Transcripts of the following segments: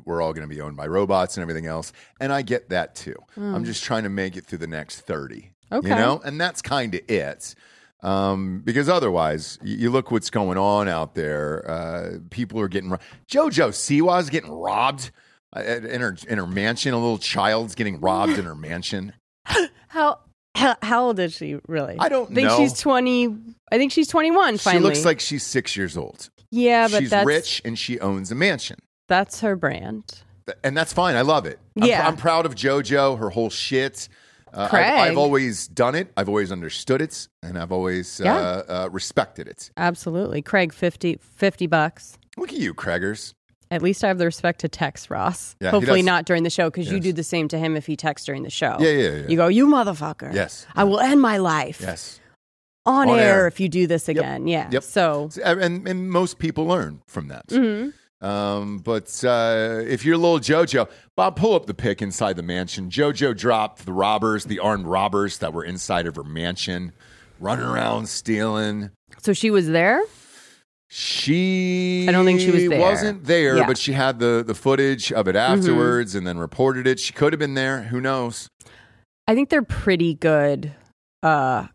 we're all going to be owned by robots and everything else. And I get that too. I'm just trying to make it through the next 30. Hmm. Okay. You know? And that's kind of it. Um, because otherwise, you, you look what's going on out there. Uh, people are getting robbed. JoJo Siwa's getting robbed uh, at- in her, in her mansion. A little child's getting robbed in her mansion. How, how how old is she really? I don't I think know. she's twenty. I think she's twenty one. Finally, She looks like she's six years old. yeah, but she's that's rich and she owns a mansion. That's her brand. Th- And that's fine. I love it. I'm, Yeah. I'm proud of JoJo, her whole shit. Uh, I've- Craig. I've, always done it. I've always understood it, and I've always Yeah. uh, uh, respected it. Absolutely, Craig. 50, 50 bucks. Look at you, Craigers. At least I have the respect to text Ross. Yeah, he Hopefully does. not during the show because you Yes. do the same to him if he texts during the show. Yeah, yeah, yeah. You go, you motherfucker. Yes. I will end my life Yes, on, On air, air. if you do this again. Yeah. Yep. So, So, uh, and, and- and most people learn from that. mhm. Um, but uh, if you're little JoJo, Bob, pull up the pic inside the mansion. JoJo dropped the robbers, the armed robbers that were inside of her mansion, running around stealing. so she was there. She I don't think she was there. wasn't there, Yeah. Mm-hmm. but she had the the footage of it afterwards and then reported it. She could have been there. Who knows? I think they're pretty good. Uh,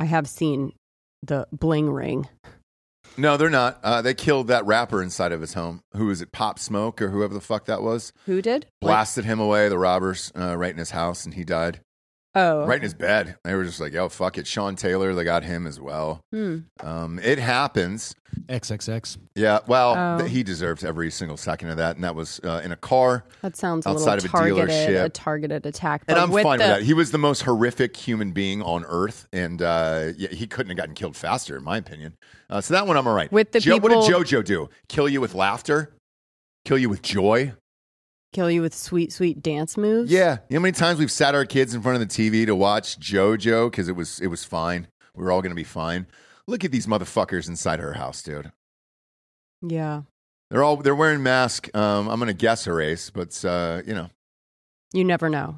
I have seen the bling ring. No, they're not. Uh, they killed that rapper inside of his home. Who was it? Pop Smoke or whoever the fuck that was. Who did? Blasted him away. The robbers uh, right in his house, and he died Oh, right in his bed. They were just like, "Oh fuck it." Sean Taylor. They got him as well. Hmm. Um, it happens. XXX. Yeah. Well, Oh. th- he deserved every single second of that, and that was uh, in a car. That sounds a Outside of a little targeted, dealership. a targeted attack. And but I'm fine Oh, the- with that. He was the most horrific human being on earth, and uh, yeah, he couldn't have gotten killed faster, in my opinion. Uh, so that one, I'm all right. With the what did people- JoJo do? Kill you with laughter? Kill you with joy? Kill you with sweet, sweet dance moves. Yeah. You know how many times we've sat our kids in front of the TV to watch JoJo because it was it was fine. We were all going to be fine. Look at these motherfuckers inside her house, dude. Yeah. They're all they're wearing masks. Um, I'm going to guess her race, but uh, you know, You never know.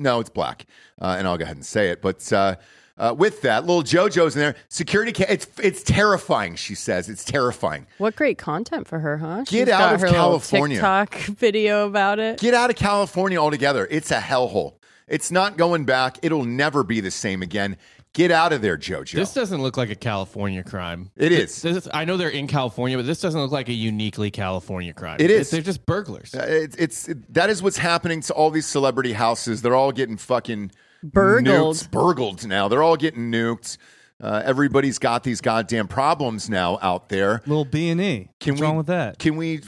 No, it's black, uh, and I'll go ahead and say it. But uh, uh, with that, little JoJo's in there. Security, ca- it's it's terrifying. She says it's terrifying. What great content for her, huh? Get She's out got of her little California. TikTok video about it. Get out of California altogether. It's a hellhole. It's not going back. It'll never be the same again. Get out of there, JoJo. This doesn't look like a California crime. It is. This is- I know they're in California, but this doesn't look like a uniquely California crime. It is. They're just burglars. Uh, it's it's it- that is what's happening to all these celebrity houses. They're all getting fucking Burgled. nuked- burgled now. They're all getting nuked. Uh, everybody's got these goddamn problems now out there. Little B and E. Can What's we- wrong with that? Can we?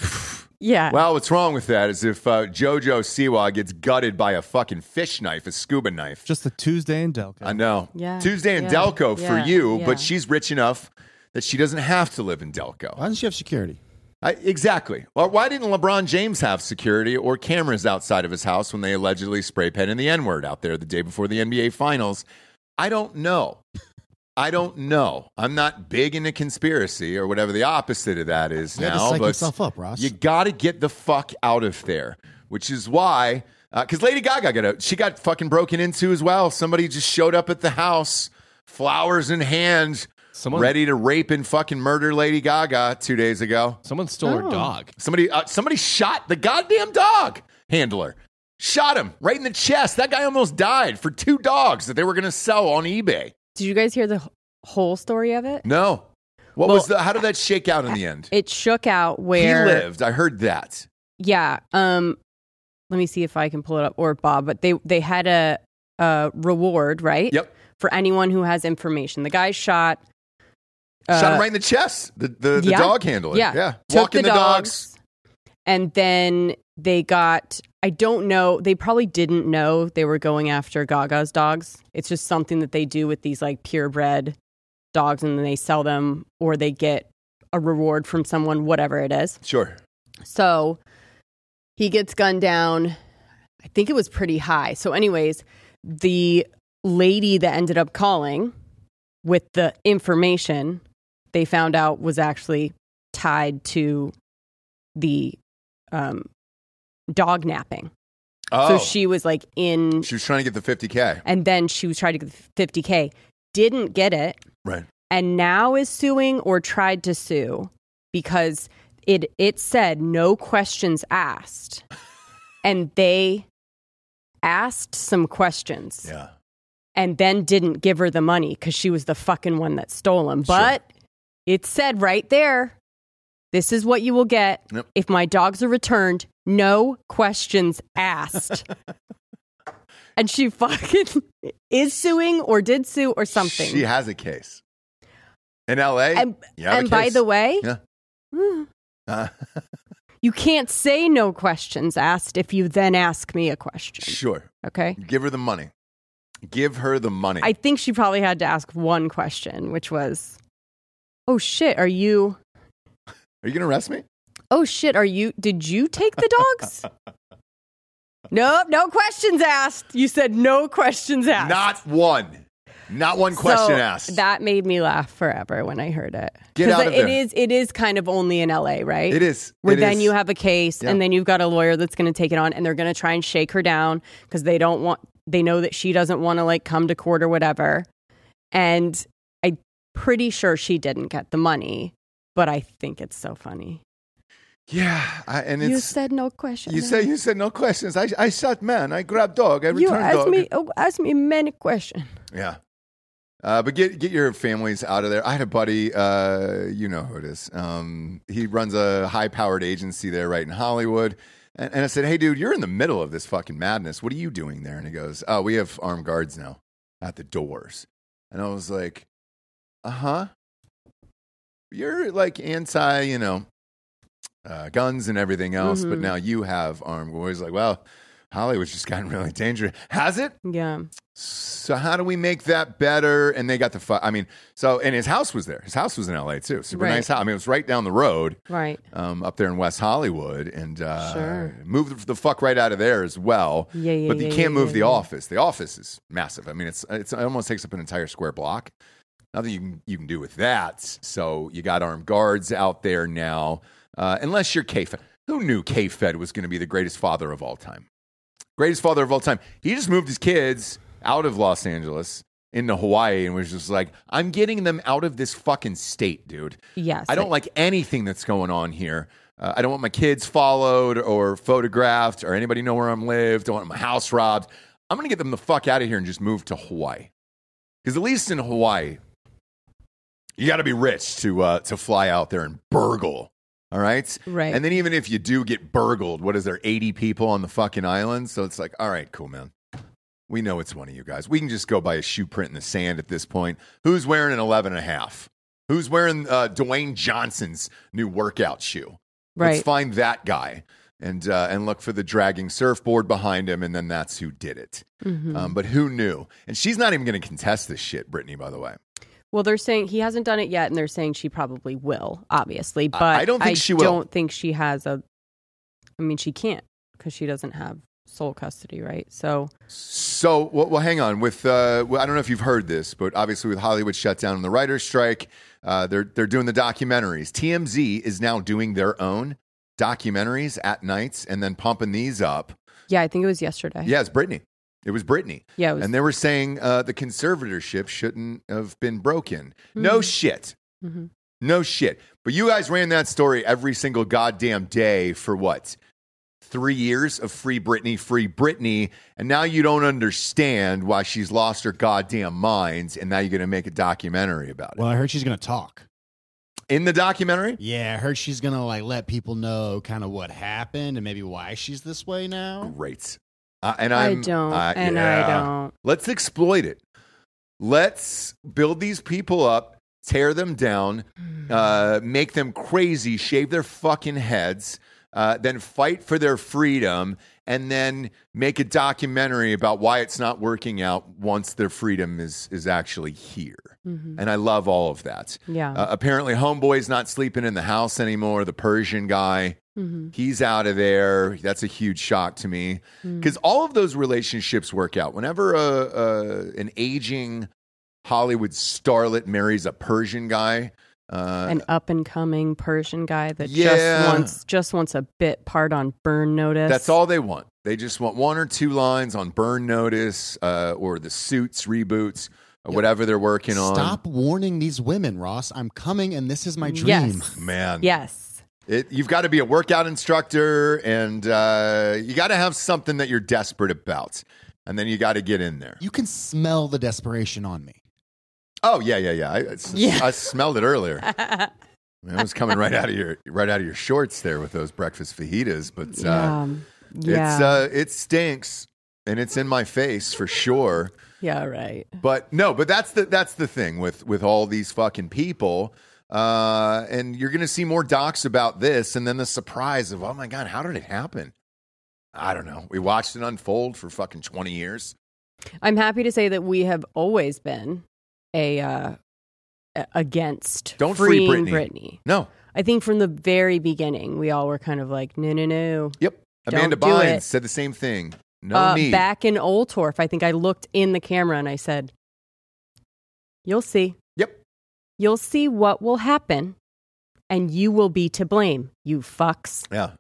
Yeah. Well, what's wrong with that is if uh, JoJo Siwa gets gutted by a fucking fish knife, a scuba knife. Just the Tuesday in Delco. I know. Yeah, Tuesday in yeah, Delco for yeah, you, yeah. but she's rich enough that she doesn't have to live in Delco. Why doesn't she have security? I, exactly. Well, why didn't LeBron James have security or cameras outside of his house when they allegedly spray painted the N word out there the day before the NBA Finals? I don't know. I don't know. I'm not big into conspiracy or whatever the opposite of that is You had to now. psych but yourself up, Ross. You got to get the fuck out of there, which is why, because Lady Gaga got out. She got fucking broken into as well. Somebody just showed up at the house, flowers in hand, Someone- ready to rape and fucking murder Lady Gaga two days ago. Someone stole Oh. her dog. Somebody, uh, somebody shot the goddamn dog handler. Shot him right in the chest. That guy almost died for two dogs that they were going to sell on eBay. Did you guys hear the wh- whole story of it? No, what Well, was the? How did that shake out in the end? It shook out He where lived. I heard that. Yeah. Um let me see if I can pull it up or Bob, but they they had a a reward, right? Yep. For anyone who has information. The guy shot Shot uh, him right in the chest. The the, the yeah. dog handler. Yeah. yeah. Took Walking the, dogs. And then they got, I don't know, they probably didn't know they were going after Gaga's dogs. It's just something that they do with these like purebred dogs and then they sell them or they get a reward from someone, whatever it is. Sure. So he gets gunned down. I think it was pretty high. So, anyways, the lady that ended up calling with the information they found out was actually tied to the um, dog napping. Oh, So she was like in, she was trying to get the fifty k. and then she was trying to get the 50K, didn't get it Right. and now is suing or tried to sue because it it said no questions asked and they asked some questions Yeah. and then didn't give her the money cuz she was the fucking one that stole them but it said right there this is what you will get Yep. if my dogs are returned no questions asked and she fucking is suing or did sue or something She has a case in L.A. and, you have a and by case. the way, Yeah. hmm, Uh, you can't say no questions asked if you then ask me a question. sure. Okay. Give her the money. Give her the money. I think she probably had to ask one question, which was, "Oh shit, are you? Are you going to arrest me? Oh shit, are you? Did you take the dogs?" nope, no questions asked. You said no questions asked. Not one. Not one question So asked. That made me laugh forever when I heard it. Get 'Cause out of it there. is- it is kind of only in LA, right? it is. where It then is. you have a case Yeah. and then you've got a lawyer that's going to take it on and they're going to try and shake her down because they don't want they know that she doesn't want to like come to court or whatever and i'm pretty sure she didn't get the money but i think it's so funny Yeah, I, and you it's. said no question You say you said no questions. I, I shot man. I grabbed dog. I you returned asked dog. me oh, asked me many questions Yeah. Uh, but get get your families out of there. I had a buddy, uh, you know who it is. Um, he runs a high powered agency there, right in Hollywood. And, and I said, "Hey, dude, you're in the middle of this fucking madness. What are you doing there?" And he goes, "Oh, we have armed guards now at the doors." And I was like, "Uh huh." You're like anti, you know, uh, guns and everything else, but Mhm. now you have armed guards. Like, well, Hollywood's just gotten really dangerous. Has it? yeah so how do we make that better? And they got the fuck. I mean, so and his house was there. His house was in L.A. too. Super Right. nice house. I mean, it was right down the road, right um, up there in West Hollywood, and uh, Sure. moved the fuck right out of there as well. Yeah, yeah, But you yeah, can't yeah, move yeah, the yeah. office. The office is massive. I mean, it's it's it almost takes up an entire square block. Nothing you can you can do with that. So you got armed guards out there now. Uh, unless you're K Fed. Who knew K Fed was going to be the greatest father of all time? greatest father of all time. He just moved his kids out of Los Angeles into Hawaii and was just like, I'm getting them out of this fucking state, dude. yes I don't like anything that's going on here. Uh, I don't want my kids followed or photographed or anybody know where I'm lived. Don't want my house robbed. I'm going to get them the fuck out of here and just move to Hawaii. Because at least in Hawaii, you got to be rich to uh, to fly out there and burgle. All right. Right. And then even if you do get burgled, what is there? Eighty people on the fucking island. So it's like, all right, cool, man. We know it's one of you guys. We can just go by a shoe print in the sand at this point. Who's wearing an 11 and a half? Who's wearing uh, Dwayne Johnson's new workout shoe? Let's Right. find that guy and uh, and look for the dragging surfboard behind him, and then that's who did it. Mm-hmm. Hmm. Um, but who knew? And she's not even going to contest this shit, Brittany. By the way, Well, they're saying he hasn't done it yet, and they're saying she probably will, obviously. But I don't think she will. don't think she has a. I mean, she can't because she doesn't have sole custody, right? So So, well, well hang on. With uh, well, I don't know if you've heard this, but obviously with Hollywood shut down and the writers' strike, uh, they're they're doing the documentaries. TMZ is now doing their own documentaries at nights and then pumping these up. yeah, I think it was yesterday. Yeah, it's Brittany. It was Brittany. Yeah, it was- and they were saying uh, the conservatorship shouldn't have been broken. Mm-hmm. No shit. Mhm. No shit. But you guys ran that story every single goddamn day for what? Three years of free Britney, free Britney. And now you don't understand why she's lost her goddamn mind. And now you're going to make a documentary about it. Well, I heard she's gonna talk. In the documentary? Yeah, I heard she's gonna like let people know kind of what happened and maybe why she's this way now. Great. Uh, and I I'm, don't, uh, and yeah. I don't. Let's exploit it. Let's build these people up, tear them down, uh, make them crazy, shave their fucking heads, uh, then fight for their freedom, and then make a documentary about why it's not working out once their freedom is is actually here. Mm-hmm. And I love all of that. Yeah. Uh, apparently, homeboy's not sleeping in the house anymore. The Persian guy, Mm-hmm. he's out of there. That's a huge shock to me because all of those relationships work out. Whenever a, a an aging Hollywood starlet marries a Persian guy, uh, An up and coming Persian guy that Yeah. just wants just wants a bit part on Burn Notice. That's all they want. They just want one or two lines on Burn Notice uh, or the Suits reboots or whatever they're working on. Stop warning these women, Ross. I'm coming and this is my dream. Yes. Man, Yes. it, you've got to be a workout instructor and uh, you got to have something that you're desperate about. And then you got to get in there. You can smell the desperation on me. oh, yeah, yeah, yeah. I, it's- Yeah. I smelled it earlier. I mean, it was coming right out of your right out of your shorts there with those breakfast fajitas, but uh, Um, yeah. it's uh, it stinks and it's in my face for sure. yeah. Right. But no, but that's the that's the thing with with all these fucking people. Uh, and you're gonna see more docs about this, and then the surprise of oh my god, how did it happen? I don't know. We watched it unfold for fucking twenty years. I'm happy to say that we have always been a uh, a- against Don't free freeing Britney. Britney. No, I think from the very beginning, we all were kind of like, no, no, no. yep. Don't Amanda do Bynes it. said the same thing. No uh, need. Back in Oldtorf, I think I looked in the camera and I said, "You'll see, Yep. you'll see what will happen, and you will be to blame, you fucks." Yeah.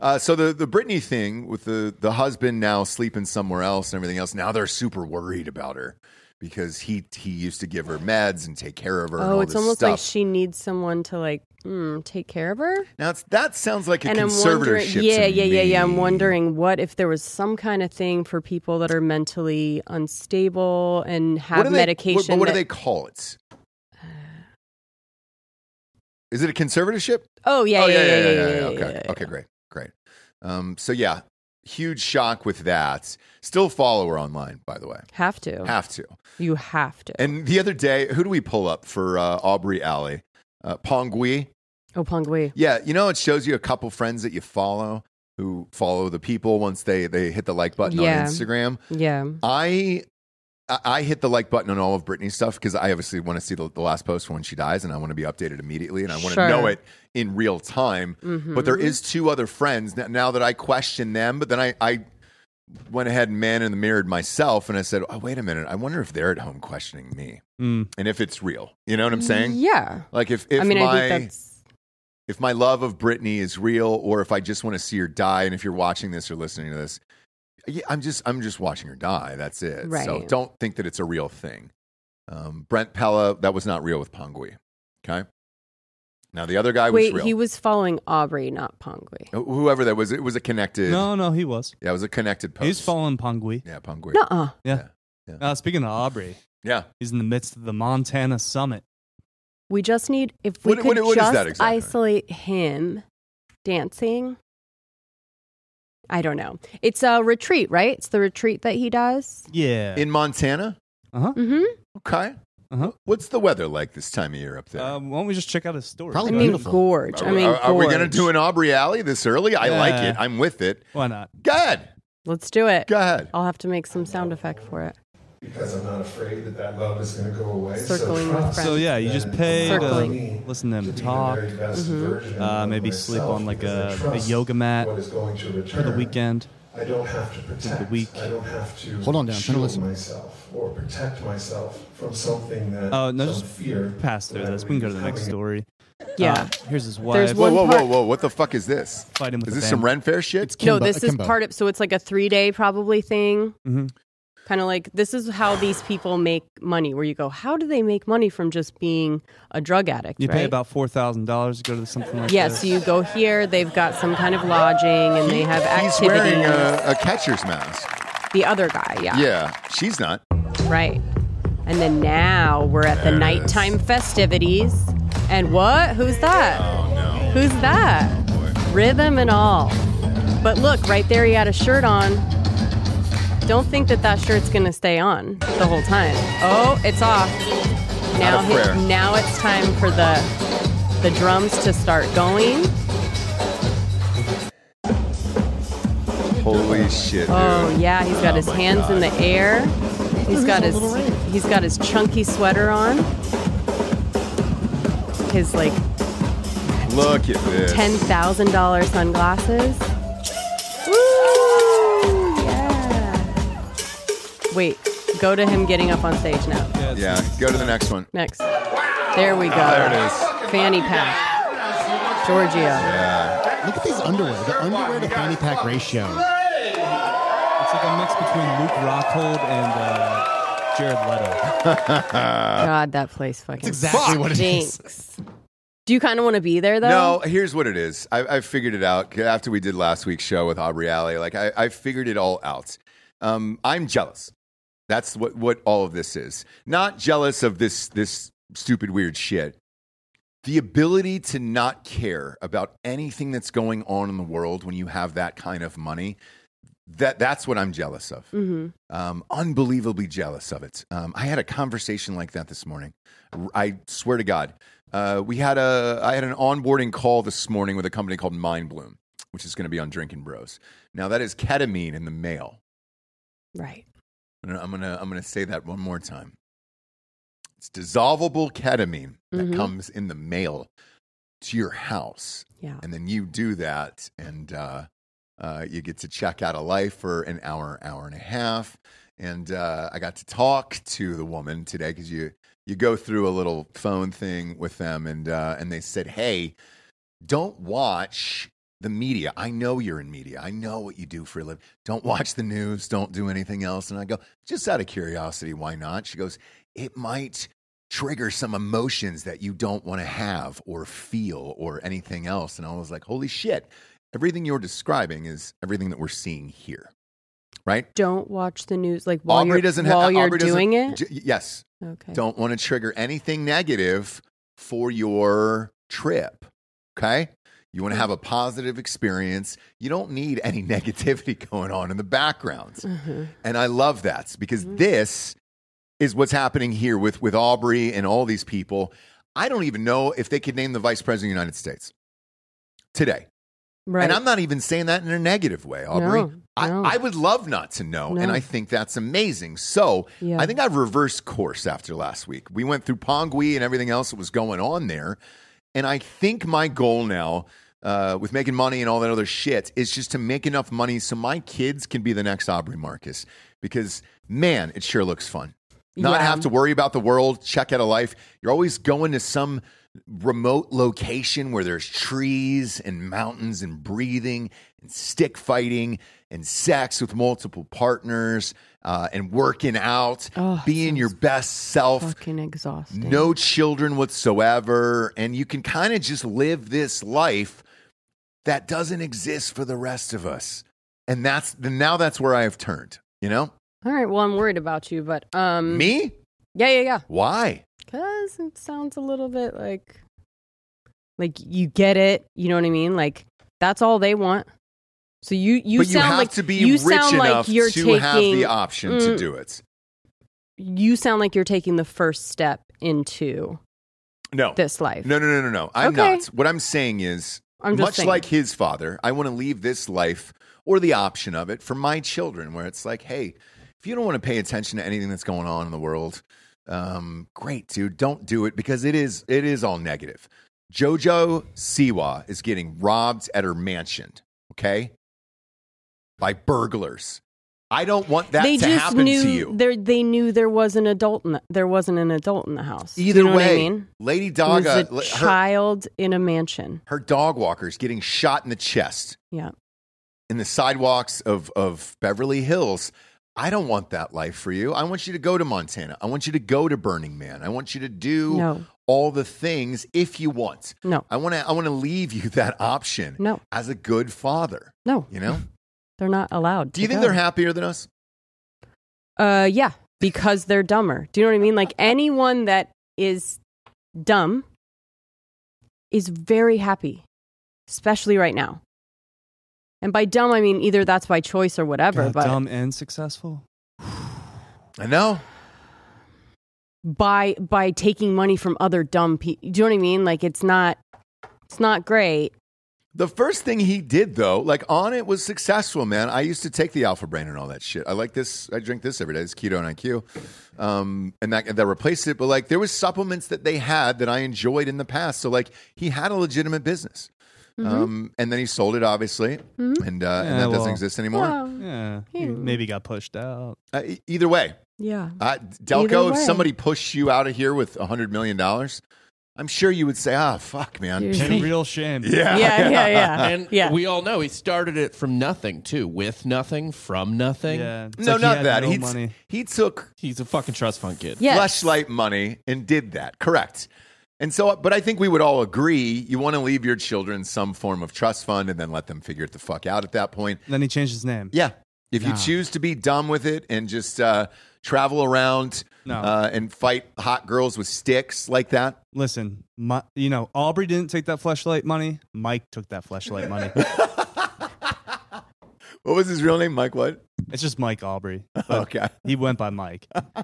Uh, so the the Britney thing with the the husband now sleeping somewhere else and everything else. Now they're super worried about her because he he used to give her meds and take care of her. and all Oh, it's this almost stuff. like she needs someone to like mm, take care of her. Now it's, that sounds like a and I'm wondering, conservatorship. yeah, to yeah, yeah, yeah. I'm me. wondering what if there was some kind of thing for people that are mentally unstable and What have do they- medication. What, but what do that- they call it? Is it a conservatorship? Oh yeah, oh yeah, yeah, yeah, yeah, Okay, yeah, yeah. okay, great, great. Um, so yeah, huge shock with that. Still follow her online, by the way. Have to. Have to. You have to. And the other day, who do we pull up for uh, Aubrey Alley? Uh, Pongui. oh, Pongui. Yeah, you know, it shows you a couple friends that you follow who follow the people once they, they hit the like button Yeah. on Instagram. Yeah. I I- I hit the like button on all of Britney's stuff because I obviously want to see the, the last post when she dies, and I want to be updated immediately, and I want to Sure. know it in real time. mm-hmm. But there is two other friends now, now that I question them, but then I, I went ahead and man in the mirrored myself, and I said, "Oh, wait a minute, I wonder if they're at home questioning me, Mm. and if it's real." You know what I'm saying? Yeah. Like if if I mean, my I think that's if my love of Britney is real or if I just want to see her die. And if you're watching this or listening to this, yeah, I'm just I'm just watching her die. That's it. So Right. don't think that it's a real thing. Um, Brent Pella, that was not real with Pongui. Okay. Now the other guy wait. was real. He was following Aubrey, not Pongui. Wh- Whoever that was, it was a connected. Oh, No, no, he was. Yeah, it was a connected post. He's following Pongui. Yeah, Pongui. Nuh-uh. Yeah. Uh, speaking of Aubrey, Yeah. He's in the midst of the Montana Summit. We just need if we What- could what- what is just that exactly? isolate him dancing. I don't know. It's a retreat, right? It's the retreat that he does. Yeah. In Montana? Mm-hmm. Okay. Uh-huh. What's the weather like this time of year up there? Uh, why don't we just check out his story? I Probably Go mean, ahead. Beautiful. gorge. I mean, are, are we going to gorge. do an Aubrey Alley this early? I like Yeah. it. I'm with it. Why not? Go ahead. Let's do it. Go ahead. I'll have to make some sound effect for it. because I'm not afraid that that love is going to go away. Circling with so trust friends. So yeah, you just pay to Circling. listen to to him be talk. the very best Mm-hmm. version Uh, of maybe myself sleep on like because I a, a trust yoga mat what is going to for the return. weekend. I don't have to protect. week. I don't have to Hold on, Dan, I'm trying to shield listen. myself or protect myself from something that. Oh no, some just fear pass through that this. I We can go was to the next having. story. Yeah. Uh, here's his There's wife. Whoa, one whoa, whoa, part- whoa. What the fuck is this? Fighting with Is the this some band. Renfair shit? no, Kimbo- this is Kimbo. part of. So it's like a three day probably thing. Mhm. Kind of like this is how these people make money. Where you go, how do they make money from just being a drug addict? You right? pay about four thousand dollars to go to something like Yeah, this. so you go here. They've got some kind of lodging, and they have He's activities. wearing a, a catcher's mask. the other guy, yeah, Yeah, she's not. right. And then now we're at the There it nighttime festivities. And what? Who's that? Oh, Who's that? Rhythm and all. But look, right there, he had a shirt on. Don't think that that shirt's gonna stay on the whole time. Oh, it's off. Now, Out of prayer. he, now it's time for the the drums to start going. Holy shit, dude. Oh yeah, he's got Oh, his my hands God. in the air. He's got his he's got his chunky sweater on. His like Look at this. ten thousand dollar sunglasses. Woo! Yeah. Wait, go to him getting up on stage now. Yeah, go to the next one. Next. There we go. There it is. Fanny pack. Giorgio. Look at these underwear. The underwear to fanny pack ratio. It's like a mix between Luke Rockhold and uh, Jared Leto. God, that place fucking exactly what it is. stinks. Do you kind of want to be there though? No, here's what it is. I, I figured it out after we did last week's show with Aubrey Alley. Like I, I figured it all out. Um, I'm jealous. That's what, what all of this is. Not jealous of this this stupid weird shit. The ability to not care about anything that's going on in the world when you have that kind of money. That that's what I'm jealous of. Mm-hmm. Um, unbelievably jealous of it. Um, I had a conversation like that this morning. R- I swear to God, uh, we had a I had an onboarding call this morning with a company called Mind Bloom, which is going to be on Drinking Bros. Now that is ketamine in the mail. Right. I'm gonna- I'm gonna I'm gonna say that one more time. It's dissolvable ketamine that Mhm. comes in the mail to your house, Yeah. and then you do that, and uh, uh, you get to check out a life for an hour, hour and a half. And uh, I got to talk to the woman today because you you go through a little phone thing with them, and uh, and they said, hey, don't watch the media. I know you're in media. I know what you do for a living. Don't watch the news. Don't do anything else. And I go, just out of curiosity, why not? She goes, it might trigger some emotions that you don't want to have or feel or anything else. And I was like, holy shit. Everything you're describing is everything that we're seeing here, right? don't watch the news like while Aubrey you're, doesn't while have. you're Aubrey doesn't- doing it. J- yes, okay. don't want to trigger anything negative for your trip. Okay. You want to have a positive experience. You don't need any negativity going on in the background. And I love that because this is what's happening here with, with Aubrey and all these people. I don't even know if they could name the vice president of the United States today. Right. And I'm not even saying that in a negative way, Aubrey. No, I, no. I would love not to know. And No. I think that's amazing. So Yeah. I think I've reversed course after last week. We went through Pongui and everything else that was going on there. And I think my goal now uh, with making money and all that other shit is just to make enough money so my kids can be the next Aubrey Marcus. Because, man, it sure looks fun. Not Yeah. have to worry about the world, check out a life. You're always going to some remote location where there's trees and mountains and breathing and stick fighting and sex with multiple partners uh, and working out, Oh, it being your best self, fucking exhausting. no children whatsoever. And you can kind of just live this life that doesn't exist for the rest of us. And that's then now that's where I have turned, you know? All right. Well, I'm worried about you, but um, Me? Yeah, yeah, yeah. Why? Because it sounds a little bit like, like you get it. You know what I mean? Like that's all they want. So you you but you sound have like to be you rich sound enough like you're to taking have the option to Mm. do it. you sound like you're taking the first step into No. this life. No, no, no, no, no. I'm Okay. not. What I'm saying is, I'm just much saying. like his father, I want to leave this life or the option of it for my children, where it's like, hey, if you don't want to pay attention to anything that's going on in the world, um, great, dude, don't do it because it is it is all negative. JoJo Siwa is getting robbed at her mansion, okay, by burglars. I don't want that they to just happen knew to you. there they knew there was an adult in the, there wasn't an adult in the house. You Either know what I way, mean? Lady It was Daga, a her- child in a mansion. her dog walker is getting shot in the chest. Yeah. in the sidewalks of, of Beverly Hills. I don't want that life for you. I want you to go to Montana. I want you to go to Burning Man. I want you to do No. all the things if you want. No. I want to I want to leave you that option No. as a good father, No. you know? They're not allowed. Do you to think go. they're happier than us? Uh, yeah, because they're dumber. Do you know what I mean? Like anyone that is dumb is very happy, especially right now. And by dumb, I mean either that's by choice or whatever. God, but dumb and successful. I know. by by taking money from other dumb people, do you know what I mean? Like it's not, it's not great. The first thing he did though, like on it was successful, man. I used to take the alpha brain and all that shit. I like this. I drink this every day. It's keto and IQ, um, and that that replaced it. But like there was supplements that they had that I enjoyed in the past. So like he had a legitimate business, Mm-hmm. um, and then he sold it obviously, and uh, and Yeah, that doesn't well. exist anymore. Yeah, Yeah. maybe got pushed out. Uh, e- either way, Yeah, uh, Delco, if way. somebody pushed you out of here with a hundred million dollars, I'm sure you would say, "Ah, fuck, man." Seriously. a real shame. Yeah, yeah, yeah, Ah. yeah. And yeah. we all know he started it from nothing too, with nothing, from nothing. yeah. It's no, like he not had that. No he money. he took He's a fucking trust fund kid. Yes. fleshlight money and did that. Correct. And so, but I think we would all agree you want to leave your children some form of trust fund and then let them figure it the fuck out at that point. Then he changed his name. Yeah. If you Nah. choose to be dumb with it and just uh, travel around No. uh, and fight hot girls with sticks like that, Listen, my, you know, Aubrey didn't take that flashlight money. Mike took that flashlight money. what was his real name? Mike what? it's just Mike Aubrey. Okay. He went by Mike. Got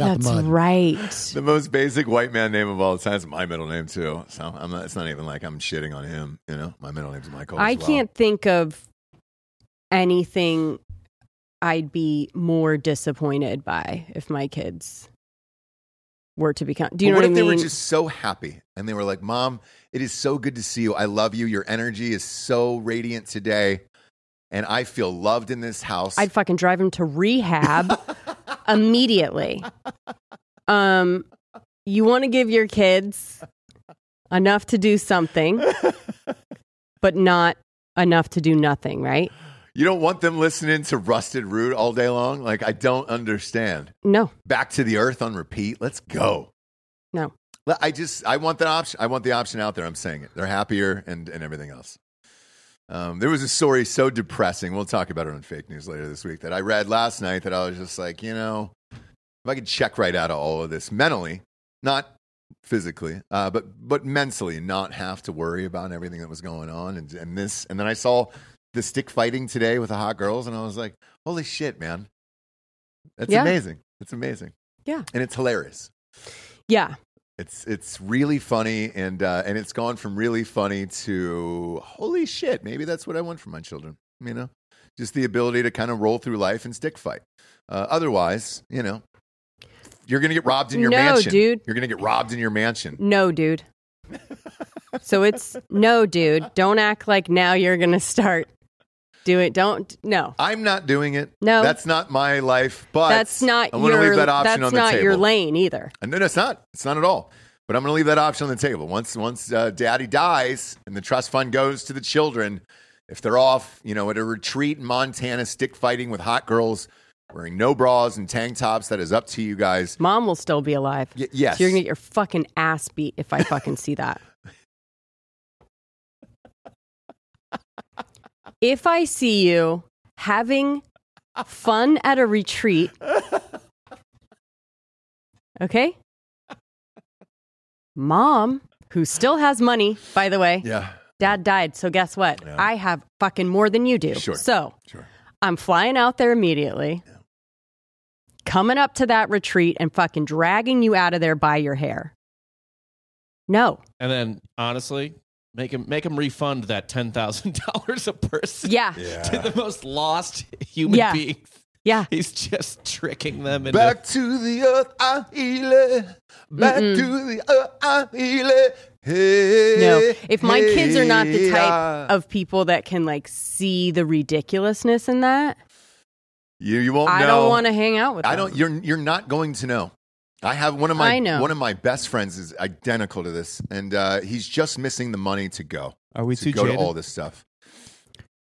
out That's the mud. right. The most basic white man name of all time is my middle name, too. So I'm not, it's not even like I'm shitting on him. You know, my middle name's Michael. as I well. can't think of anything I'd be more disappointed by if my kids were to become. Do you But know what what, if I they mean? were just so happy and they were like, "Mom, it is so good to see you. I love you. Your energy is so radiant today, and I feel loved in this house." I'd fucking drive them to rehab immediately. Um, you want to give your kids enough to do something, but not enough to do nothing, right? you don't want them listening to Rusted Root all day long. Like I don't understand. No, Back to the Earth on repeat. Let's go. no. Le- I just I want that option. I want the option out there. I'm saying it. They're happier and and everything else. Um, there was a story so depressing. We'll talk about it on fake news later this week that I read last night that I was just like, you know, if I could check right out of all of this mentally, not physically, uh, but but mentally, and not have to worry about everything that was going on and and this. And then I saw the stick fighting today with the hot girls, and I was like, holy shit, man, that's Yeah. amazing. It's amazing. Yeah. and it's hilarious. Yeah. It's it's really funny and uh, and it's gone from really funny to holy shit. Maybe that's what I want for my children. You know, just the ability to kind of roll through life and stick fight. Uh, otherwise, you know, you're gonna get robbed in your No, mansion, dude. You're gonna get robbed in your mansion. No, dude. so it's no, dude. Don't act like now you're going to start. Do it. Don't. No. I'm not doing it. No. that's not my life. But That's not I'm your gonna leave that option on that's the not table. your lane either. And Uh, no, no, it's not. It's not at all. But I'm going to leave that option on the table. Once once uh, Daddy dies and the trust fund goes to the children, if they're off, you know, at a retreat in Montana, stick fighting with hot girls, wearing no bras and tank tops, that is up to you guys. Mom will still be alive. Y- yes. So you're gonna get your fucking ass beat if I fucking see that. if I see you having fun at a retreat, Okay. Mom, who still has money, by the way, Yeah. dad died. So guess what? Yeah. I have fucking more than you do. Sure. So Sure. I'm flying out there immediately, coming up to that retreat and fucking dragging you out of there by your hair. No. And then honestly, make him make him refund that ten thousand dollars a person Yeah. to the most lost human Yeah. beings. Yeah. He's just tricking them into Back to the earth, I heal it. Back Mm-mm. to the earth, I heal it. Hey, No. If my kids are not the hey, type ah. of people that can like see the ridiculousness in that, you, you won't I know. don't want to hang out with Oh, I them. don't. You're you're not going to know. I have one of my I know. one of my best friends is identical to this, and uh, he's just missing the money to go Are we to too go jaded? to all this stuff.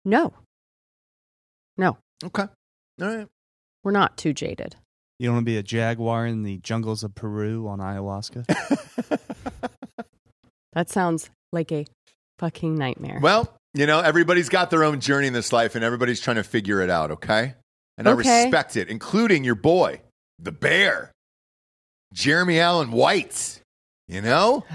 No. No, Okay, all right. we're not too jaded. You don't want to be a jaguar in the jungles of Peru on ayahuasca? That sounds like a fucking nightmare. Well, you know, everybody's got their own journey in this life, and everybody's trying to figure it out. Okay, and I Okay. respect it, including your boy, the bear, Jeremy Allen White. You know,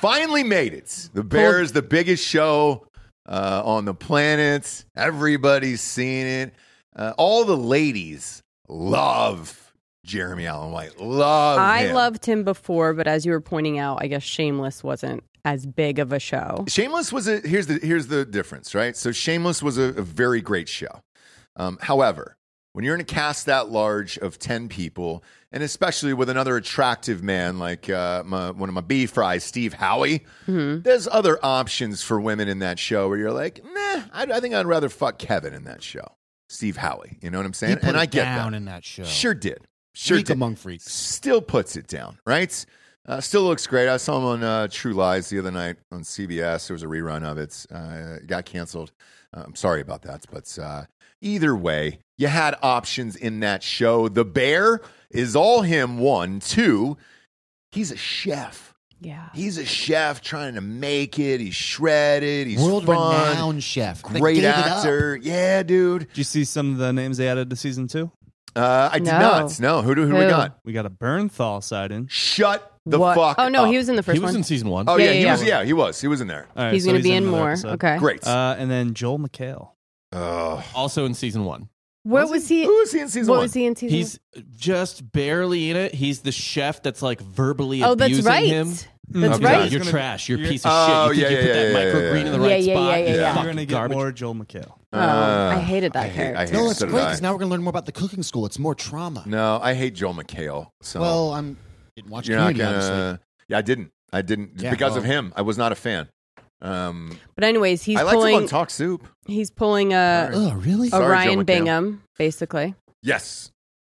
finally made it. The bear is the biggest show uh, on the planet. Everybody's seen it. Uh, all the ladies love Jeremy Allen White. Love. I him. loved him before, but as you were pointing out, I guess Shameless wasn't as big of a show. Shameless was a here's the here's the difference, right? So Shameless was a, a very great show. Um, however, when you're in a cast that large of ten people, and especially with another attractive man like uh, my, one of my beef fries, Steve Howie, there's other options for women in that show where you're like, nah, I, I think I'd rather fuck Kevin in that show, Steve Howie. You know what I'm He saying? put And it I get down that. in that show. Sure did. Sure Freak did among freaks. still puts it down, right? Uh, still looks great. I saw him on uh, True Lies the other night on CBS. There was a rerun of it. Uh, it got canceled. Uh, I'm sorry about that, but uh, either way, you had options in that show. The Bear is all him. One, two. He's a chef. Yeah. He's a chef trying to make it. He's shredded. He's World fun. renowned chef. They Great gave it up. actor. Yeah, dude. Did you see some of the names they added to season two? Uh, I did No. not. No, who do who, we Who? got? We got a Bernthal side in. Shut the What- fuck. Oh no, up. he was in the first he was one. in season one. Oh yeah, Yeah, he yeah, was. Yeah, he was. He was in there. All right, he's so going to be in another more. episode. Okay. Great. Uh, and then Joel McHale. Ugh. Also in season one. What was he? Who was he in season What one? was he in season? He's just barely in it. He's the chef that's like verbally one? Oh, that's abusing right. him. That's Okay. right. You're Gonna- trash. You're a you're- piece of Oh, shit. You yeah, think you yeah, put yeah, that yeah, microgreens yeah, in the yeah. right Yeah, yeah, spot. yeah, yeah, yeah. you You're going to fucking get garbage. more Joel McHale. Oh, I hated that Uh, I hate- character. I hate- No, Yeah, it's so great did I. because now we're going to learn more about the cooking school. It's more trauma. No, I hate Joel McHale. So Well, I'm didn't watch you're not Community, gonna. obviously. Yeah, I didn't. I didn't Yeah, because of well- him. I was not a fan. Um, But anyways, he's I liked him on pulling. Talk Soup. He's pulling a, Oh, really? a Sorry, Joe Ryan McHale. Bingham, basically. Yes,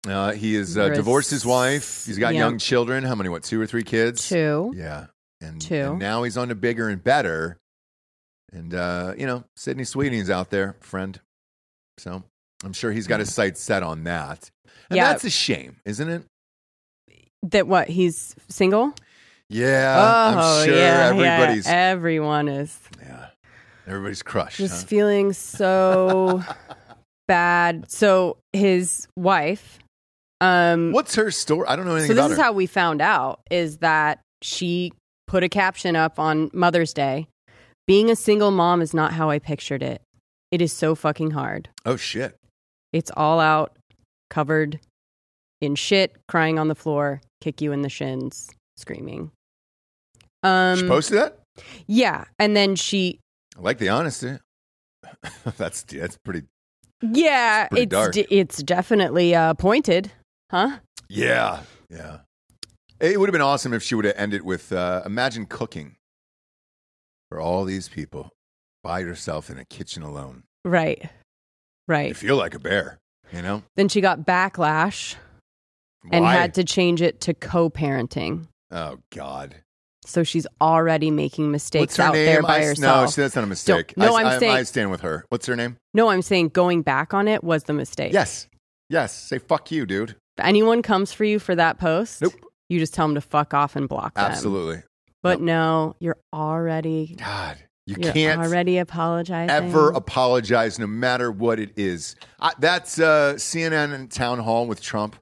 uh, he is uh, Chris- divorced his wife. He's got Yeah. young children. How many? What? Two or three kids? Two. Yeah, and, Two. and now he's on to bigger and better. And uh, you know, Sydney Sweeney's out there, friend. So I'm sure he's got his sights set on that. And Yeah. that's a shame, isn't it? That what? He's single. Yeah, oh Uh, I'm sure yeah, eh. yeah, everybody's yeah. Everyone is. everybody's crushed. just huh? feeling so bad. So his wife, um, What's her story? I don't know anything so this about is her. how we found out is that she put a caption up on Mother's Day. Being a single mom is not how I pictured it. It is so fucking hard. oh shit! It's all out, covered in shit, crying on the floor, kick you in the shins, screaming. she Um, posted that. yeah, and then she I like the honesty. that's that's pretty. Yeah, It's pretty it's dark. de- it's definitely uh, pointed, huh? Yeah, yeah. It would have been awesome if she would have ended with uh, imagine cooking for all these people by yourself in a kitchen alone. Right, You right. feel like a bear, you know. Then she got backlash and Why? had to change it to co-parenting. oh God. So she's already making mistakes What's her out name? there by I- No, herself. see, that's not a mistake. no, I, I'm I, saying- I stand with her. What's her name? no, I'm saying going back on it was the mistake. Yes, yes. Say fuck you, dude. If anyone comes for you for that post, Nope. you just tell them to fuck off and block them. Absolutely. But no, you're already God, you you are can't already apologizing. ever apologize, no matter what it is. I, that's uh, CNN and town hall with Trump.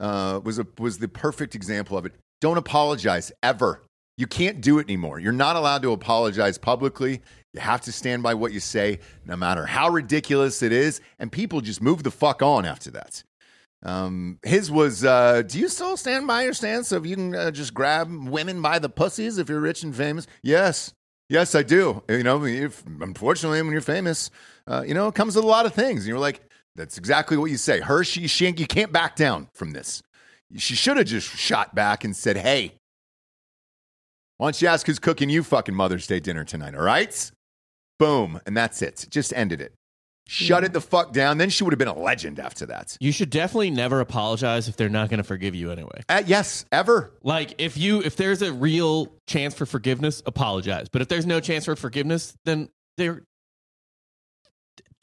uh, was a, was the perfect example of it. Don't apologize ever. You can't do it anymore. You're not allowed to apologize publicly. You have to stand by what you say, no matter how ridiculous it is. And people just move the fuck on after that. Um, his was, uh, do you still stand by your stance of you can uh, just grab women by the pussies if you're rich and famous? Yes. Yes, I do. You know, if, unfortunately, when you're famous, uh, you know, it comes with a lot of things. And you're like, that's exactly what you say. Her, she, she, ain't- you can't back down from this. She should have just shot back and said, hey, why don't you ask who's cooking you fucking Mother's Day dinner tonight, all right? Boom. And that's it. Just ended it. Shut it the fuck down. Then she would have been a legend after that. You should definitely never apologize if they're not going to forgive you anyway. Uh, yes, ever. Like if you if there's a real chance for forgiveness, apologize. But if there's no chance for forgiveness, then they're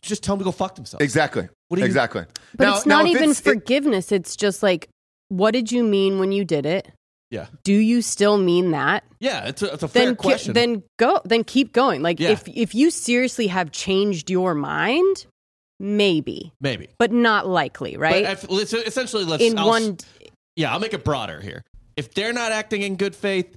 just tell them to go fuck themselves. Exactly. What do you- exactly. But Now- it's now not if even it's- it- forgiveness. it's just like, what did you mean when you did it? Yeah. Do you still mean that? Yeah, it's a, it's a fair Then, ki- question. then go. Then keep going. Like Yeah. if if you seriously have changed your mind, maybe, maybe. but not likely, right? But if, let's- essentially, let's In I'll- one, Yeah, I'll make it broader here. If they're not acting in good faith,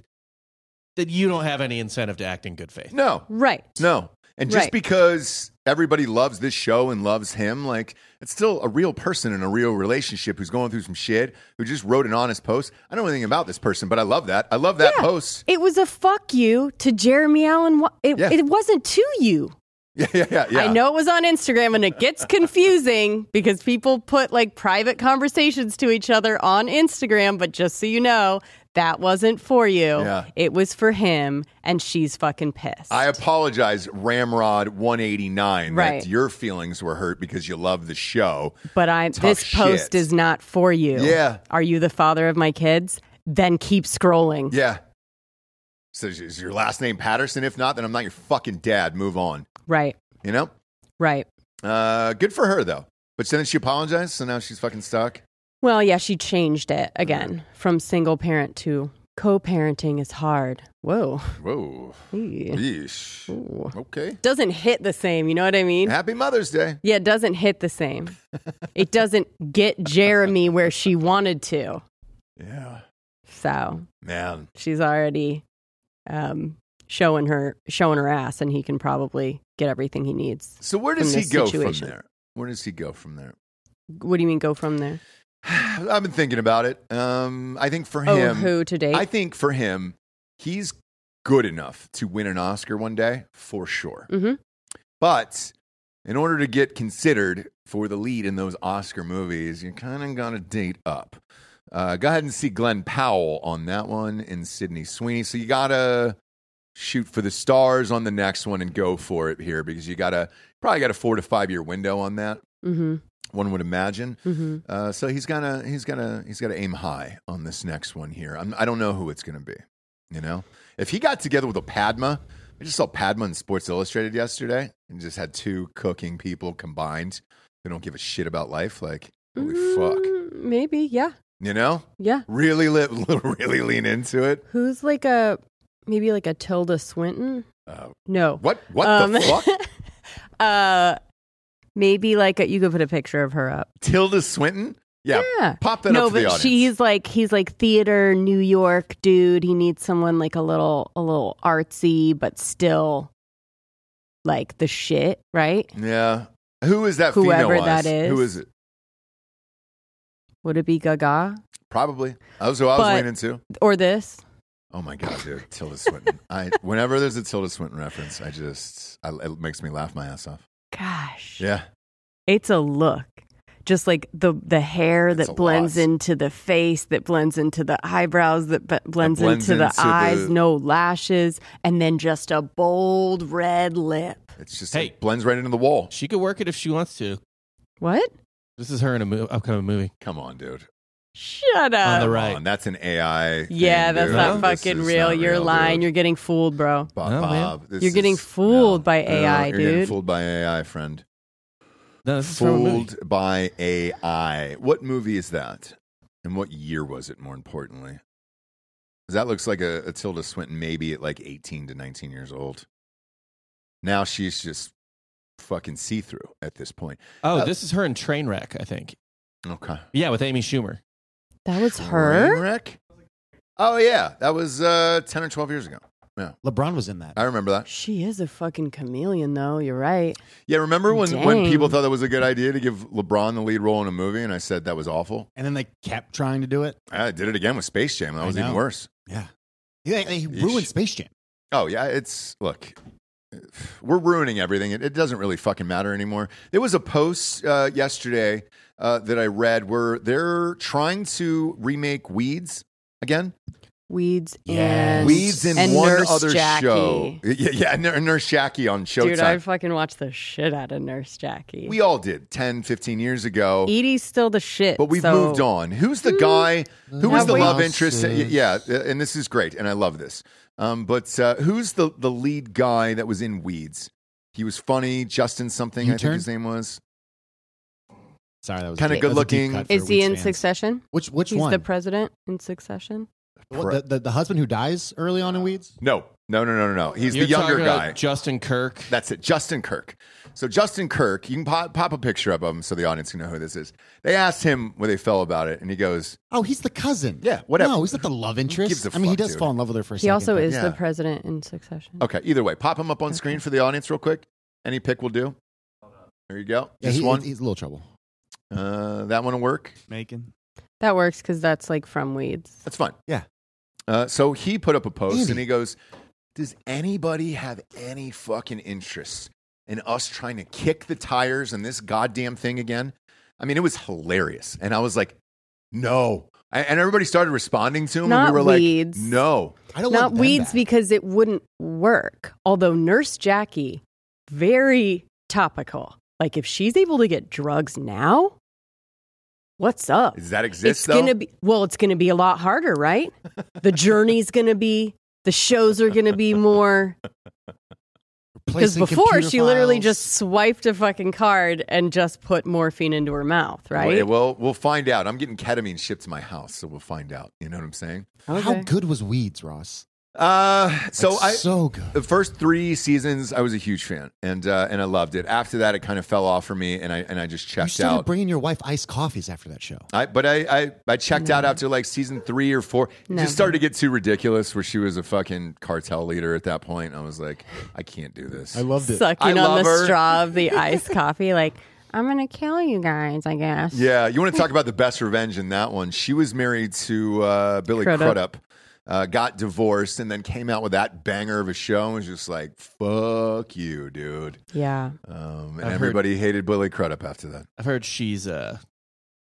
then you don't have any incentive to act in good faith. no, right? no. And just Right. because everybody loves this show and loves him, like, it's still a real person in a real relationship who's going through some shit, who just wrote an honest post. I don't know anything about this person, but I love that. I love that post. It was a fuck you to Jeremy Allen. Wa- It, Yeah. it wasn't to you. Yeah, yeah, yeah. yeah. I know it was on Instagram and it gets confusing because people put like private conversations to each other on Instagram, but just so you know, that wasn't for you. Yeah. It was for him and she's fucking pissed. I apologize, Ramrod 189, Right. that your feelings were hurt because you love the show. but I Tough this post shit. is not for you. Yeah. Are you the father of my kids? Then keep scrolling. Yeah. So is- is your last name Patterson? If not, then I'm not your fucking dad. Move on. Right. You know? Right. Uh, good for her, though. But then she apologized, so now she's fucking stuck. Well, yeah, she changed it Mm. again from single parent to co-parenting is hard. Whoa. Whoa. Ew. Yeesh. Ooh. Okay. Doesn't hit the same, you know what I mean? Happy Mother's Day. Yeah, it doesn't hit the same. it doesn't get Jeremy where she wanted to. Yeah. So Man. she's already um, showing her showing her ass, and he can probably get everything he needs. So where does From he this go situation. from there? Where does he go from there? What do you mean? Go from there? I've been thinking about it. Um, I think for Oh, him, who today? I think for him, he's good enough to win an Oscar one day for sure. Mhm. But in order to get considered for the lead in those Oscar movies, you kind of got to date up. Uh, go ahead and see Glenn Powell on that one and Sydney Sweeney. So you got to shoot for the stars on the next one and go for it here because you got to probably got a four to five year window on that. mm-hmm. One would imagine. Mm-hmm. Uh, so he's gonna he's gonna he's gotta aim high on this next one here. I'm, I don't know who it's gonna be. You know, if he got together with a Padma, I just saw Padma in Sports Illustrated yesterday, and just had two cooking people combined. They don't give a shit about life. Like holy fuck, Mm, Maybe. Yeah. you know, Yeah. really li- really lean into it. Who's like a maybe like a Tilda Swinton? Uh, No. What what the Um, fuck? Uh, maybe like a, you could put a picture of her up. Tilda Swinton? Yeah, Yeah. pop that no, up for the but audience. she's like he's like theater New York dude. He needs someone like a little a little artsy, but still like the shit, right? yeah. Who is that? Whoever female-wise? that is. Who is it? Would it be Gaga Probably. That was who I was But- leaning to. or this? Oh my god, dude, Tilda Swinton. I whenever there's a Tilda Swinton reference, I just I, it makes me laugh my ass off. Gosh, Yeah, it's a look. Just like the the hair It's a that blends lot. into the face, that blends into the eyebrows, that b- blends, blends into the into eyes, the- no lashes, and then just a bold red lip. it's just Hey. it blends right into the wall. She could work it if she wants to. What? This is her in a mo- upcoming movie. Come on, dude. Shut up. On the Come right. Uh, on, that's an AI. Yeah, thing, that's dude. not No, This fucking is real. not You're real, lying. dude. You're getting fooled, bro. Bob, No, man. Bob, this You're getting is- fooled by no, AI, You're getting dude. fooled by AI, friend. No, this is her movie. Fooled by AI. What movie is that? And what year was it? More importantly, 'Cause that looks like a, a Tilda Swinton, maybe at like eighteen to nineteen years old. Now she's just fucking see through at this point. Oh, Uh, this is her in Trainwreck, I think. Okay. Yeah, with Amy Schumer. That was her. Trainwreck? Oh yeah, that was uh, ten or twelve years ago. LeBron was in that. I remember that. She is a fucking chameleon, though. You're right. Yeah, remember when, when Dang. people thought that was a good idea to give LeBron the lead role in a movie, and I said that was awful. And then they kept trying to do it. I did it again with Space Jam, and that I was even know. worse. Yeah. He, he Yeesh. ruined Space Jam. Oh yeah, it's look, we're ruining everything. It, it doesn't really fucking matter anymore. There was a post uh, yesterday uh, that I read where they're trying to remake Weeds again. Weeds Yes. and Weeds in and one Nurse other Jackie. show. Yeah, yeah, Nur- Nurse Jackie on Showtime. Dude, I fucking watched the shit out of Nurse Jackie. we all did 10, 15 years ago. Edie's still the shit. But we've so- moved on. Who's the guy? Who was Have the we? love interest? Yeah, and this is great, and I love this. Um, but uh, who's the the lead guy that was in Weeds? He was funny, Justin something. I think U-turn? his name was. Sorry, that was Kinda a that was a deep good-looking. cut for Is he Weeds in fans. Succession? Which which He's one? the president in Succession. What, the, the the husband who dies early on in Weeds. No, no, no, no, no, no. He's You're the younger talking about guy. Justin Kirk. That's it, Justin Kirk. So Justin Kirk, you can pop, pop a picture up of him so the audience can know who this is. They asked him where they fell about it, and he goes, Oh, he's the cousin. Yeah, whatever. No, he's not the love interest. gives a I mean, he fuck, does dude? fall in love with her for a He second. also but- is Yeah. the president in Succession. "Okay, either way, pop him up on screen for the audience real quick. Any pick will do. There you go. Yeah, Just he- one. He's a little trouble. uh, that one will work. Macon. That works because that's like from Weeds. That's fine. Yeah. Uh, so he put up a post Andy. and he goes, Does anybody have any fucking interest in us trying to kick the tires on this goddamn thing again? I mean, it was hilarious. And I was like, No. I, and everybody started responding to him. Not and we were weeds. like, No. I don't Not want them Weeds back. because it wouldn't work. Although Nurse Jackie, very topical. Like if she's able to get drugs now, what's up? Does that exist It's though? gonna be well. It's gonna be a lot harder, right? The journey's gonna be. The shows are gonna be more because Replacing before computer she literally files. just swiped a fucking card and just put morphine into her mouth, right? Well, well, we'll find out. I'm getting ketamine shipped to my house, so we'll find out. You know what I'm saying? How good was Weeds, Ross? Uh, so Like, I so good. the first three seasons, I was a huge fan, and uh, and I loved it. After that, it kind of fell off for me, and I and I just You checked started out. bringing your wife iced coffees after that show. I, but I, I, I checked out after like season three or four. It No. just started to get too ridiculous where she was a fucking cartel leader at that point. I was like, I can't do this. loved Sucking I on love the her. straw of the iced coffee, like I'm gonna kill you guys. I guess. yeah, you want to talk about the best revenge in that one? She was married to uh, Billy Crudup. Crudup, uh, got divorced, and then came out with that banger of a show and was just like, fuck you, dude. Yeah. Um, and I've heard- everybody hated Billy Crudup after that. I've heard she's a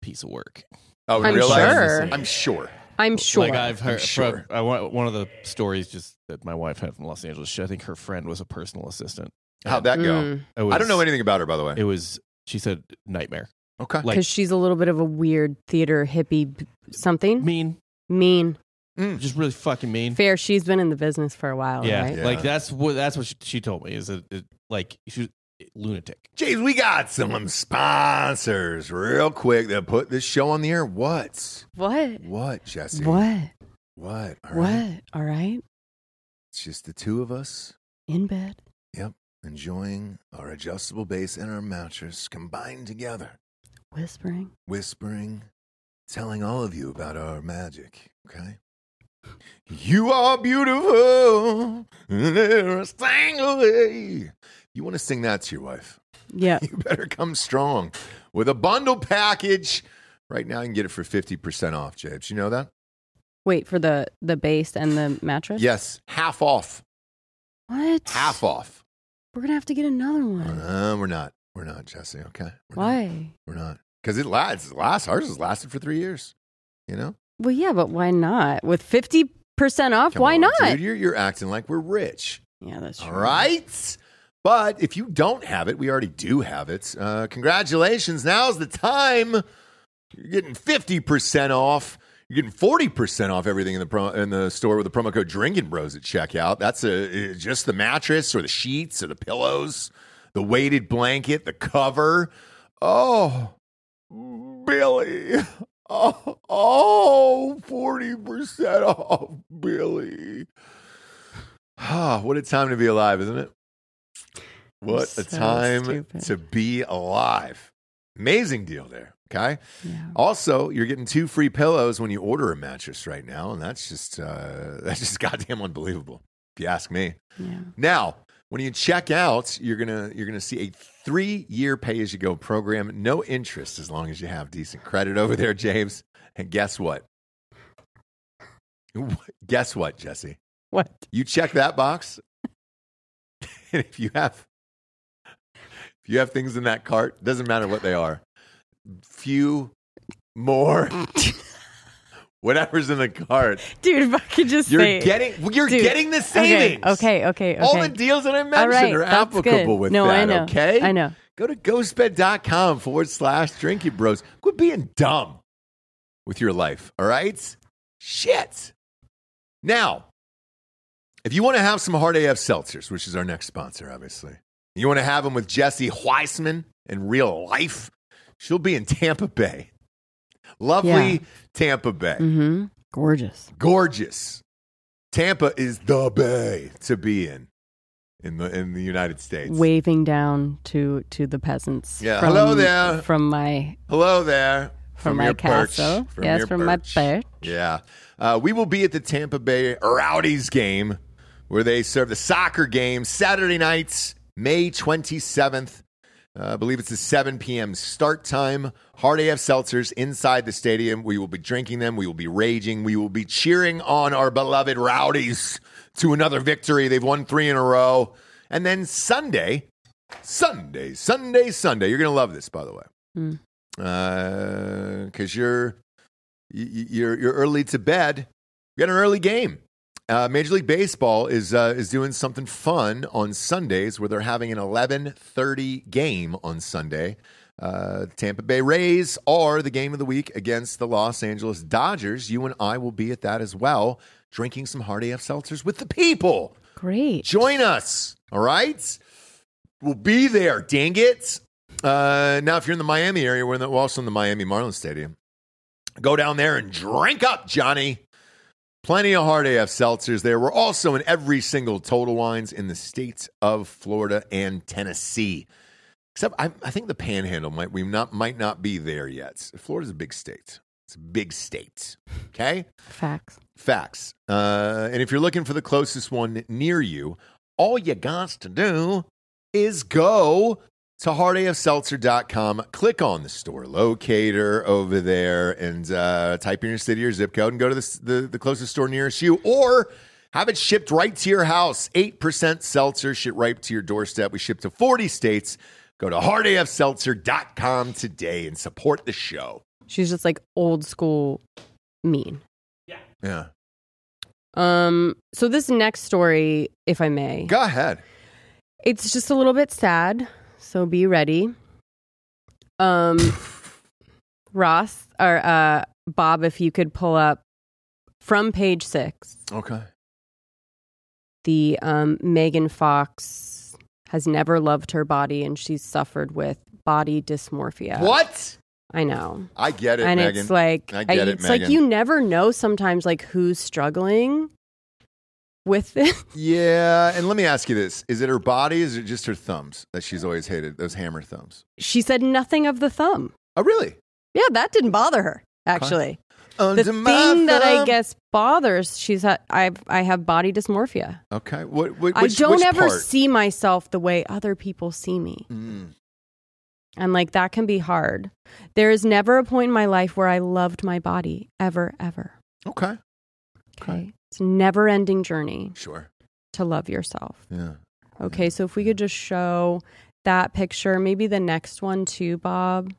piece of work. Oh, in I'm real life? sure. I'm sure. I'm sure. Like I've heard, sure. from, I want, one of the stories just that my wife had from Los Angeles. She, I think her friend was a personal assistant. How'd that go? Mm. It was, I don't know anything about her, by the way. It was. She said nightmare. okay. Like Because she's a little bit of a weird theater hippie b- something. mean, mean. just really fucking mean. Fair. She's been in the business for a while, yeah. right? Yeah. like that's what that's what she, she told me is a it, like she was a lunatic. James, we got some um, sponsors real quick that put this show on the air. What? What? What, Jesse? What? What? All right. What? All right. It's just the two of us In bed. enjoying our adjustable base and our mattress combined together, Whispering. whispering, telling all of you about our magic, okay? You are beautiful in every single way. You want to sing that to your wife? Yeah. you better come strong with a bundle package. Right now, you can get it for 50% off, James. You know that? Wait for the the base and the mattress. Yes, half off. What? Half off. We're gonna have to get another one. Uh, we're not. We're not, Jesse, okay? We're Not. Why? We're not. Because it lasts. Last, ours has lasted for three years. You know? Well, yeah, but why not? With fifty percent off, Come why on, not? Dude, you're, you're acting like we're rich. Yeah, that's true. All right. But if you don't have it, we already do have it. Uh, congratulations. Now's the time. You're getting 50% off. You're getting 40% off everything in the pro- in the store with the promo code Drinking Bros at checkout. That's a, uh, just the mattress or the sheets or the pillows, the weighted blanket, the cover. Oh, Billy. Oh, oh 40% off, Billy. Ah, what a time to be alive, isn't it? What a so time stupid. to be alive. Amazing deal there. Okay. Also, you're getting two free pillows when you order a mattress right now, and that's just uh, that's just goddamn unbelievable, if you ask me. Yeah. Now, when you check out, you're gonna you're gonna see a three year pay as you go program, no interest as long as you have decent credit over there, James. And guess what? Guess what, Jesse? What? You check that box, and if you have if you have things in that cart, doesn't matter what they are, few more, whatever's in the cart, Dude, if I could just you're say. getting well, you're Dude, getting the okay, savings. okay, okay, okay. All the deals that I All mentioned right, are that's good. applicable with no, that. I know. Okay, I know. Go to ghostbed.com forward slash drinking bros. Quit being dumb with your life, all right? Shit. Now, if you want to have some hard AF seltzers, which is our next sponsor, obviously, you want to have them with Jesse Weissman in real life, she'll be in Tampa Bay. Lovely Yeah. Tampa Bay Mm-hmm. Gorgeous. gorgeous. Tampa is the bay to be in in the in the United States. Waving down to to the peasants. Yeah, hello there. From my Hello there. from, your my perch. castle. yes, your from my perch. Yeah. Uh, we will be at the Tampa Bay Rowdies game where they serve the soccer game Saturday nights, May 27th. Uh, I believe it's a 7 p.m. start time. Hard AF seltzers inside the stadium. We will be drinking them. We will be raging. We will be cheering on our beloved Rowdies to another victory. They've won three in a row. And then Sunday, Sunday, Sunday, Sunday. You're going to love this, by the way, because Uh, you're y- y- you're you're early to bed. You got an early game. Uh, Major League Baseball is uh, is doing something fun on Sundays where they're having an 11:30 game on Sunday. Uh, Tampa Bay Rays are the game of the week against the Los Angeles Dodgers. You and I will be at that as well, drinking some hard AF seltzers with the people. Great. Join us. All right. We'll be there. Dang it. Uh, now, if you're in the Miami area, we're, in the, we're also in the Miami Marlins Stadium. Go down there and drink up, Johnny. Plenty of hard AF seltzers there. We're also in every single total wines in the states of Florida and Tennessee. Except I, I think the Panhandle might we not might not be there yet. Florida's a big state. It's a big state. Okay. Facts. Facts. Uh, and if you're looking for the closest one near you, all you got to do is go to hardafseltzer.com, click on the store locator over there, and uh, type in your city or zip code and go to the, the, the closest store nearest you or have it shipped right to your house. 8% seltzer shipped right to your doorstep. We ship to 40 states. Go to hardafseltzer.com today and support the show. She's just like old school mean. Yeah. Um, so this next story, if I may, Go ahead. it's just a little bit sad. So be ready. Um, Ross or uh, Bob, if you could pull up from page six, Okay. the um, Megan Fox has never loved her body and she's suffered with body dysmorphia. What? I know. I get it, and Megan. it's like I get it, it's like Megan. you never know sometimes like who's struggling with it. yeah, and let me ask you this: Is it her body? Is it just her thumbs that she's always hated? Those hammer thumbs. She said nothing of the thumb. Oh, really? Yeah, that didn't bother her actually. Under The thing my that I thumb. guess bothers she's ha- I I have body dysmorphia. Okay. What? what I which- don't which ever part? see myself the way other people see me. Mm. And like that can be hard. There is never a point in my life where I loved my body ever ever. Okay. Okay. It's a never-ending journey Sure. to love yourself. Yeah. Okay, so if we could just show that picture, maybe the next one too, Bob,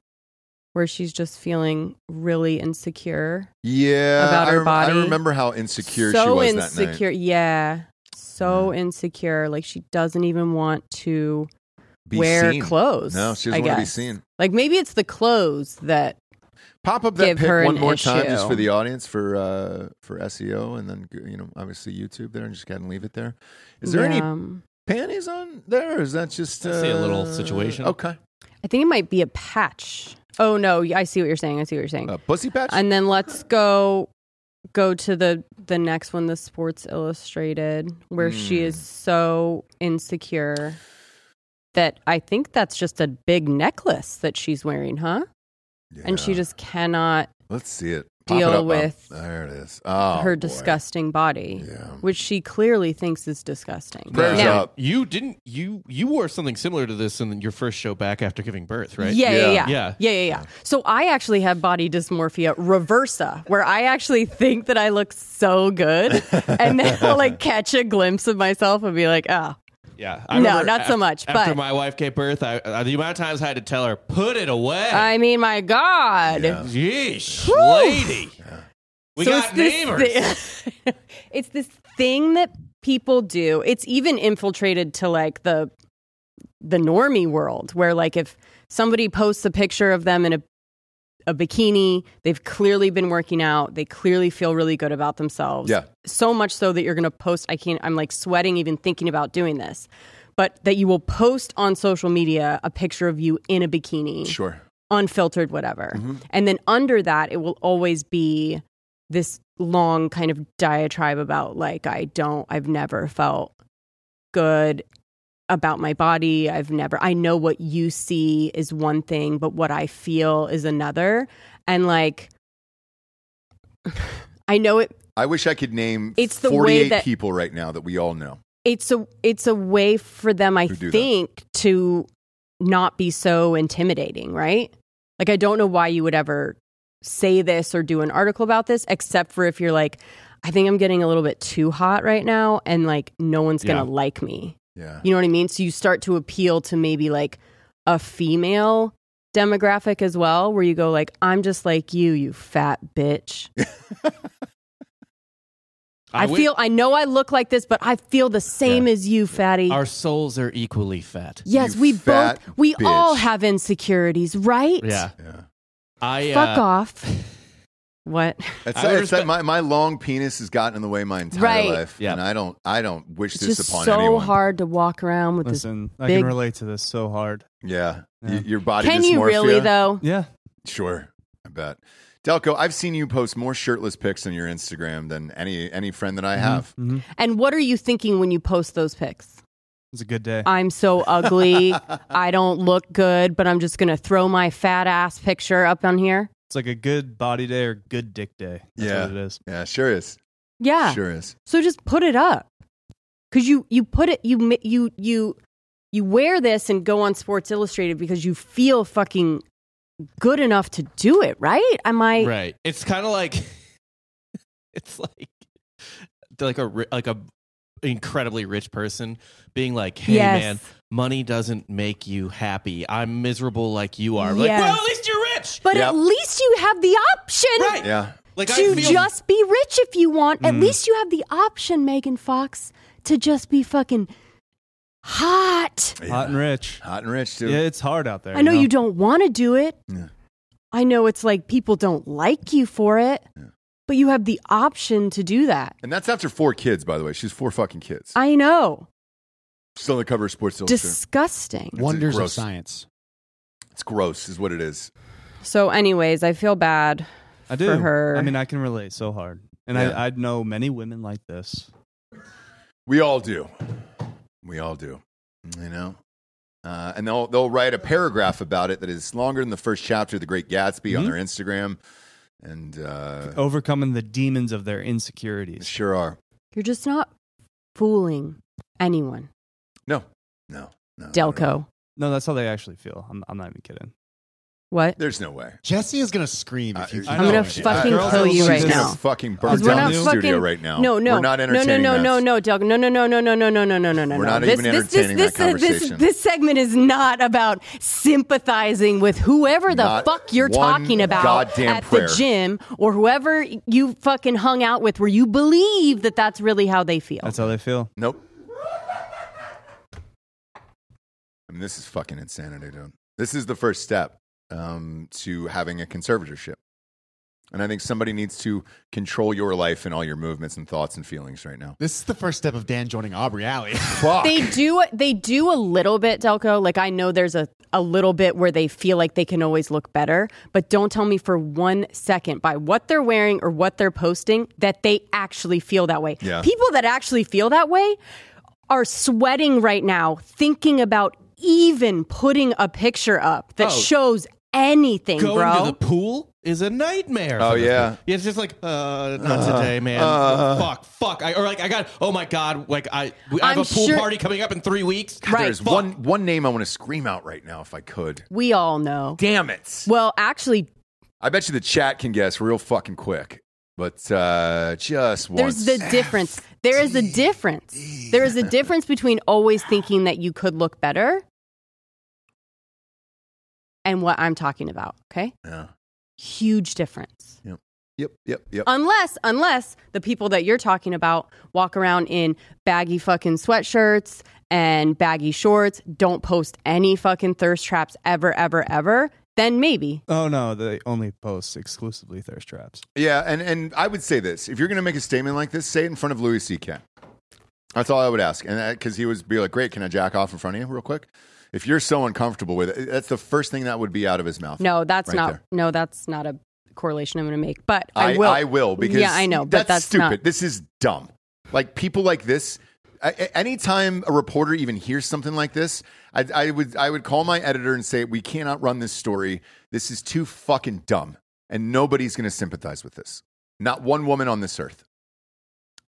where she's just feeling really insecure. Yeah. About I her rem- I body. remember how insecure so she was that night. insecure. Yeah. So insecure. Like she doesn't even want to Be wear seen. clothes. No, she doesn't I want to be guess. seen. Like maybe it's the clothes that Pop up that Give pic her one an more time just issue. for the audience for uh, for SEO and then you know obviously YouTube there and just go ahead and leave it there. Is there any um, panties on there or is that just I uh, see a little situation. Okay. I think it might be a patch. Oh no, I see what you're saying. I see what you're saying. A pussy patch? and then let's go go to the the next one the sports illustrated where she Hmm. is so insecure that i think that's just a big necklace that she's wearing huh and she Yeah. just cannot let's see it. Pop it deal up, Bob. with there it is. Oh, her boy. disgusting body, Yeah. which she clearly thinks is disgusting. Prayers Now- up. You didn't you you wore something similar to this in your first show back after giving birth, right? Yeah, yeah, Yeah. yeah. Yeah. Yeah, yeah, yeah. So I actually have body dysmorphia reversa, where I actually think that I look so good and then I'll like catch a glimpse of myself and be like, oh, yeah. No, remember not so af- much, After but- my wife gave birth, I, uh, the amount of times I had to tell her, put it away. I mean, my God. Yeah. Yeesh, Whew. lady. We So got neighbors. This thi- it's this thing that people do. It's even infiltrated to like the the normie world where like if somebody posts a picture of them in a a bikini, they've clearly been working out. They clearly feel really good about themselves. Yeah. So much so that you're going to post I can't I'm like sweating even thinking about doing this. But that you will post on social media a picture of you in a bikini Sure. unfiltered whatever. And then under that, it will always be this long kind of diatribe about like I don't I've never felt good about my body. I've never I know what you see is one thing, but what I feel is another. And like I know it I wish I could name It's the way 48 that- people right now that we all know. it's a it's a way for them i Who do that. think to not be so intimidating right like i don't know why you would ever say this or do an article about this except for if you're like i think i'm getting a little bit too hot right now and like no one's gonna Yeah. like me Yeah. you know what i mean so you start to appeal to maybe like a female demographic as well where you go like i'm just like you you fat bitch i, wi- feel i know i look like this but i feel the same as you fatty our souls are equally fat. Yes, You we fat both we bitch. all have insecurities, right? Yeah. Yeah. I Fuck uh, off. What? That's, I would that's- respect- my, my long penis has gotten in the way my entire Right. life. Yeah. And I don't I don't wish It's this just upon so anyone. hard to walk around with Listen, I big- can relate to this so hard. Yeah. Y- Yeah. your body this. Can dysmorphia. you really though? Yeah. Sure. I bet. Delco, I've seen you post more shirtless pics on your Instagram than any any friend that I Mm-hmm. have. Mhm. And what are you thinking when you post those pics? It's a good day. I'm so ugly. I don't look good, but I'm just going to throw my fat ass picture up on here. It's like a good body day or good dick day. That's Yeah. what it is. Yeah, sure is. Yeah. Sure is. So just put it up. Cuz you you put it you ma- you you you wear this and go on Sports Illustrated because you feel fucking good enough to do it, right? Am I right. It's kind of like it's like like a ri- like a incredibly rich person being like, "Hey Yes. man, money doesn't make you happy. I'm miserable like you are." Like, Yes. well, at least you're rich. But Yep. at least you have the option Right. Yeah. Like to I feel Mm. just be rich if you want. At least you have the option, Megan Fox, to just be fucking hot. Yeah. Hot and rich. Hot and rich, dude. Yeah, it's hard out there. I know you you don't want to do it. Yeah. I know it's like people don't like you for it, but you have the option to do that. And that's after four kids, by the way. She's four fucking kids. I know. Still on the cover of Sports Illustrated. Disgusting. It's Wonders of gross. science. It's gross, is what it is. So, anyways, I feel bad. I do. for her. I mean, I can relate so hard, and Yeah. I, I know many women like this. We all do. We all do. You know? Uh, and they'll, they'll write a paragraph about it that is longer than the first chapter of The Great Gatsby on Mhm. Mm-hmm. their Instagram. And uh, Overcoming the demons of their they insecurities. sure are. You're just not fooling anyone, No, no, no. no, no. Delco. No, that's how they actually feel. I'm, I'm not even kidding. What? There's no way. Jesse is gonna scream if you. Uh, I I'm know. gonna She- fucking girls kill will you see right She's this. now. gonna fucking burn Because Because we're down I'm not the fucking studio right now. No, no, We're not no, no, entertaining no, that. no, no, Doug, no, no, no, no, no, no, no, no, no, no, no. We're not This- even this- entertaining this, that this, this, conversation. This segment is not about sympathizing with whoever the Not fuck you're one talking about goddamn at prayer. the gym or whoever you fucking hung out with, where you believe that that's really how they feel. That's how they feel. Nope. I mean, this is fucking insanity, dude. This is the first step um, to having a conservatorship. And I think somebody needs to control your life and all your movements and thoughts and feelings right now. This is the first step of Dan joining Aubrey Alley. Fuck. They do they do a little bit, Delco. Like I know there's a, a little bit where they feel like they can always look better, but don't tell me for one second by what they're wearing or what they're posting that they actually feel that way. Yeah. People that actually feel that way are sweating right now thinking about even putting a picture up that Oh. shows anything, Going bro. to the pool is a nightmare. Oh, for those yeah. people. It's just like, uh, not Uh-huh. today, man. uh. fuck, fuck. I, or like, I got. Oh my god, like I, we, I have I'm a pool sure- party coming up in three weeks. Right. There's Fuck. one one name I want to scream out right now if I could. we all know. Damn it! Well, actually, I bet you the chat can guess real fucking quick, but uh, just once. there's the difference. There is a E? difference. There is a difference between always thinking that you could look better and what I'm talking about. Okay. Yeah. Huge difference. Yep, yep, yep. unless unless the people that you're talking about walk around in baggy fucking sweatshirts and baggy shorts don't post any fucking thirst traps ever ever ever then maybe Oh no, they only post exclusively thirst traps. Yeah, and and I would say this: if you're going to make a statement like this, say it in front of Louis C.K. That's all I would ask, and because he would be like, "Great, can I jack off in front of you real quick?" If you're so uncomfortable with it, that's the first thing that would be out of his mouth. no that's Right not there. no that's not a correlation i'm gonna make but i, I will I will because yeah i know that's, but that's stupid. not This is dumb. Like people like this. I- I- Anytime a reporter even hears something like this, I, I would I would call my editor and say, "We cannot run this story. This is too fucking dumb, and nobody's going to sympathize with this. Not one woman on this earth.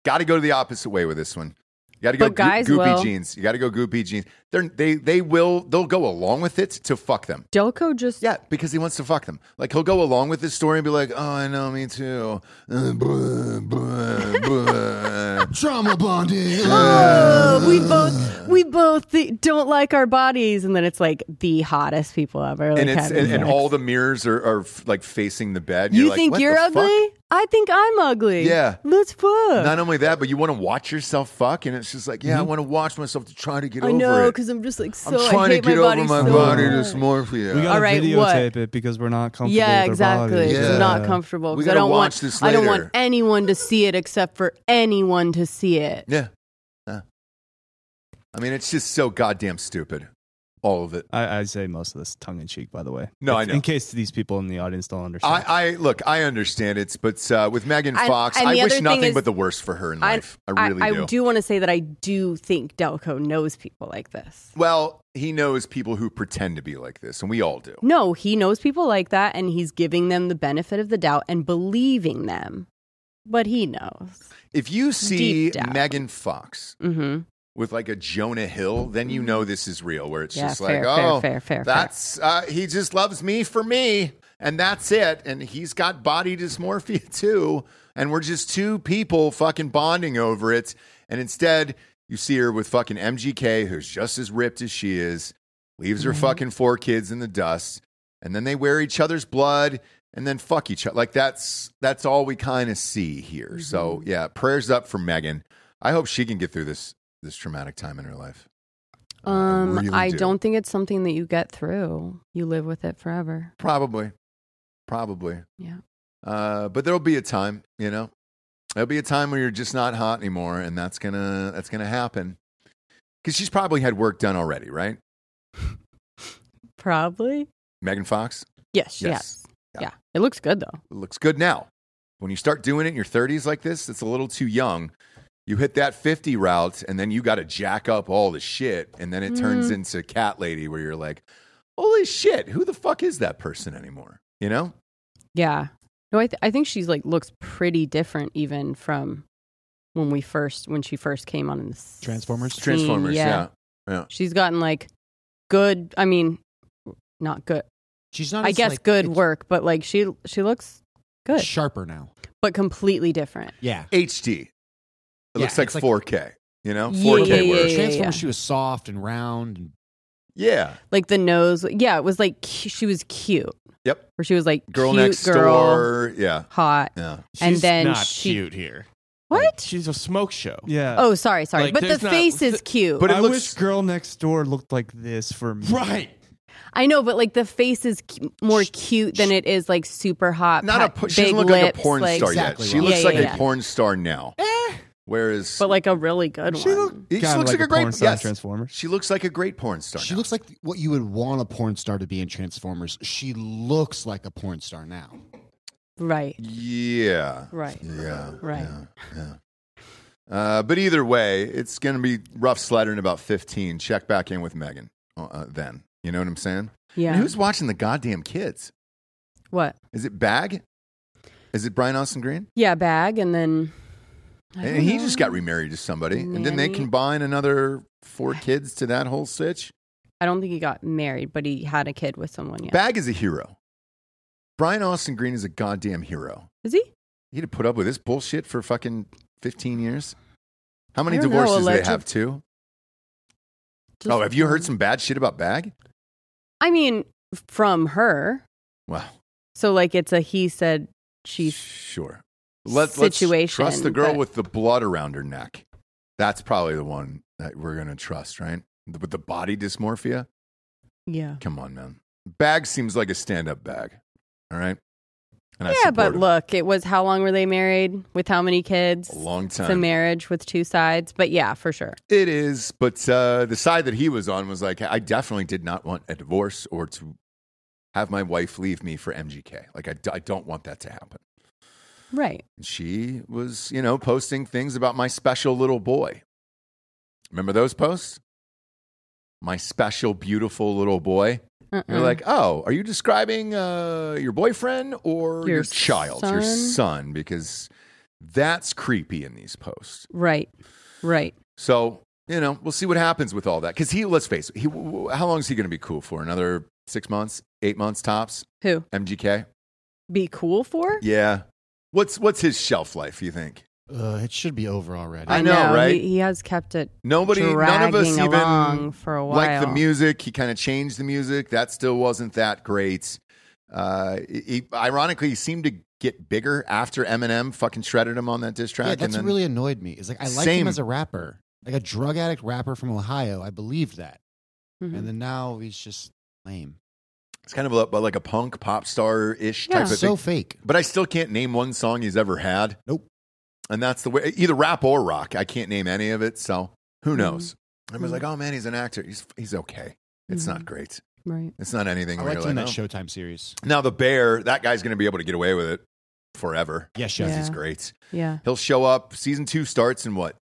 Got to go the opposite way with this one. You got to go But guys goopy will. jeans. You got to go goopy jeans. They're, they they will they'll go along with it to fuck them. delco just Yeah, because he wants to fuck them. Like he'll go along with this story and be like, "Oh, I know, me too." Uh, blah, blah, blah. Trauma bonding. Oh, we both we both th- don't like our bodies, and then it's like the hottest people ever. Like and it's having and, and sex. all the mirrors are, are f- like facing the bed. and You like, think "What you're the fuck?" ugly? I think I'm ugly. Yeah. let's fuck. Not only that, but you want to watch yourself fuck, and it's just like, yeah, I want to watch myself to try to get Mm-hmm. I over know it. because I'm just like so. I'm trying I to hate get my over body my so body much. dysmorphia. We gotta All right, videotape it because we're not comfortable. Yeah, with our exactly. bodies. Yeah. It's not comfortable. We 'cause I gotta don't want. watch this I don't want later. anyone to see it except for anyone to see it. yeah. Yeah. I mean, it's just so goddamn stupid, all of it. I, I say most of this tongue in cheek, by the way. No, I know. In case these people in the audience don't understand. I, I look, I understand it's, but uh, with Megan And- Fox, and the I other wish thing nothing is- but the worst for her in I- life. I, really I, do. want to say that I do think Delco knows people like this. Well, he knows people who pretend to be like this, and we all do. No, he knows people like that, and he's giving them the benefit of the doubt and believing them. But he knows. If you see Deep down. Megan Fox Mm-hmm. Mm. with like a Jonah Hill, then you know this is real, where it's Yeah, just fair, like, fair, oh, fair, fair, fair. that's uh, he just loves me for me, and that's it. And he's got body dysmorphia too, and we're just two people fucking bonding over it. And instead, you see her with fucking MGK, who's just as ripped as she is, leaves her fucking four kids in the dust, and then they wear each other's blood and then fuck each other. Like that's that's all we kind of see here. So yeah, prayers up for Megan. I hope she can get through this this traumatic time in her life. Uh, Um, really I don't think it's something that you get through. You live with it forever. probably, probably. Yeah. Uh, but there'll be a time, you know, there'll be a time where you're just not hot anymore, and that's gonna that's gonna happen. Because she's probably had work done already, right? Probably. Megan Fox Yes. Yes. Yes. Yeah. It looks good though. it looks good now. When you start doing it in your 30s like this, it's a little too young. You hit that 50 route, and then you got to jack up all the shit, and then it turns into Cat Lady, where you're like, "Holy shit, who the fuck is that person anymore?" You know? Yeah. No, I th- I think she's like looks pretty different even from when we first when she first came on in the s- Transformers? scene. Transformers, yeah. She's gotten like good. I mean, not good. She's not. I as, guess like, good it's work, but like she she looks good, Sharper now. but completely different. Yeah. HD. It Yeah, looks like it's like- 4K. You know, Yeah, 4K yeah, yeah, works. yeah. Transformers. She was soft and round and Yeah. Like the nose. Yeah, it was like cu- she was cute. Yep. Or she was like Girl cute next girl, door. Yeah. hot. Yeah. She's And then not she- cute here. What? She's a smoke show. yeah. Oh, sorry, sorry. Like, but the there's not- face is cute. But it I looks- wish girl next door looked like this for me. Right. I know, but like the face is cu- more cute than it is like super hot. Not a pat- po- she doesn't big look like a lips, porn like- star Exactly yet. She right. looks Yeah, like yeah, a yeah. porn star now. Whereas but like a really good one. She Kinda looks like like, a a great porn star in yes. Transformers. She looks like a great porn star. She now. looks like what you would want a porn star to be in Transformers. She looks like a porn star now. right, yeah, right, yeah, right. yeah. Uh, but either way, it's going to be rough slider in about fifteen. Check back in with Megan uh, uh, then. You know what I'm saying? Yeah. And who's watching the goddamn kids? what? Is it Bag? Is it Brian Austin Green? Yeah, bag and then. I And don't he know. just got remarried to somebody. And then they Nanny. combine another four kids to that whole sitch. I don't think he got married, but he had a kid with someone. Yeah. Bag is a hero. Brian Austin Green is a goddamn hero. Is he? He had to put up with this bullshit for fucking 15 years. How many I don't know, divorces do they alleged- have, too? Just- oh, have you heard some bad shit about Bag? I mean, from her. Wow. So like, it's a he said, she. Sure. situation, trust the girl but- with the blood around her neck. That's probably the one that we're going to trust, right? With the body dysmorphia. Yeah. Come on, man. Bag seems like a stand up bag. All right. And I Yeah, support but him. look, it was how long were they married? With how many kids? a long It's a time. marriage with two sides, but yeah, for sure. It is, but uh, the side that he was on was like, I definitely did not want a divorce or to have my wife leave me for MGK. Like, I, d- I don't want that to happen. Right. And she was, you know, posting things about my special little boy. Remember those posts? My special, beautiful little boy. Uh-uh. You're like, oh, are you describing uh, your boyfriend or your, Your child, your son? son? Because that's creepy in these posts. right, right. So you know, we'll see what happens with all that. Because he, let's face it, he, w- w- how long is he going to be cool for? Another six months, eight months tops. Who MGK. be cool for? Yeah. What's what's his shelf life? You think? Uh, it should be over already. I know, right? He, he has kept it Nobody, none of us dragging along even for a while. like the music. He kind of changed the music. That still wasn't that great. Uh, he, ironically, he seemed to get bigger after Eminem fucking shredded him on that diss track. yeah, and that's then, really annoyed me. It's like I liked Same. him as a rapper, like a drug addict rapper from Ohio. I believed that, Mhm. and then now he's just lame. it's kind of a, like a punk pop star ish Yeah. type of so thing. fake. But I still can't name one song he's ever had. Nope. And that's the way, either rap or rock. I can't name any of it. So Mm-hmm. who knows? I was Mhm. like, oh man, he's an actor. He's, he's okay. It's not great. Right. It's not anything Mm-hmm. I where liked you're him in like, that "Oh." Showtime series. Now the bear, that guy's going to be able to get away with it forever. Yeah, show. He's Yeah. great. Yeah. He'll show up. Season two starts in what,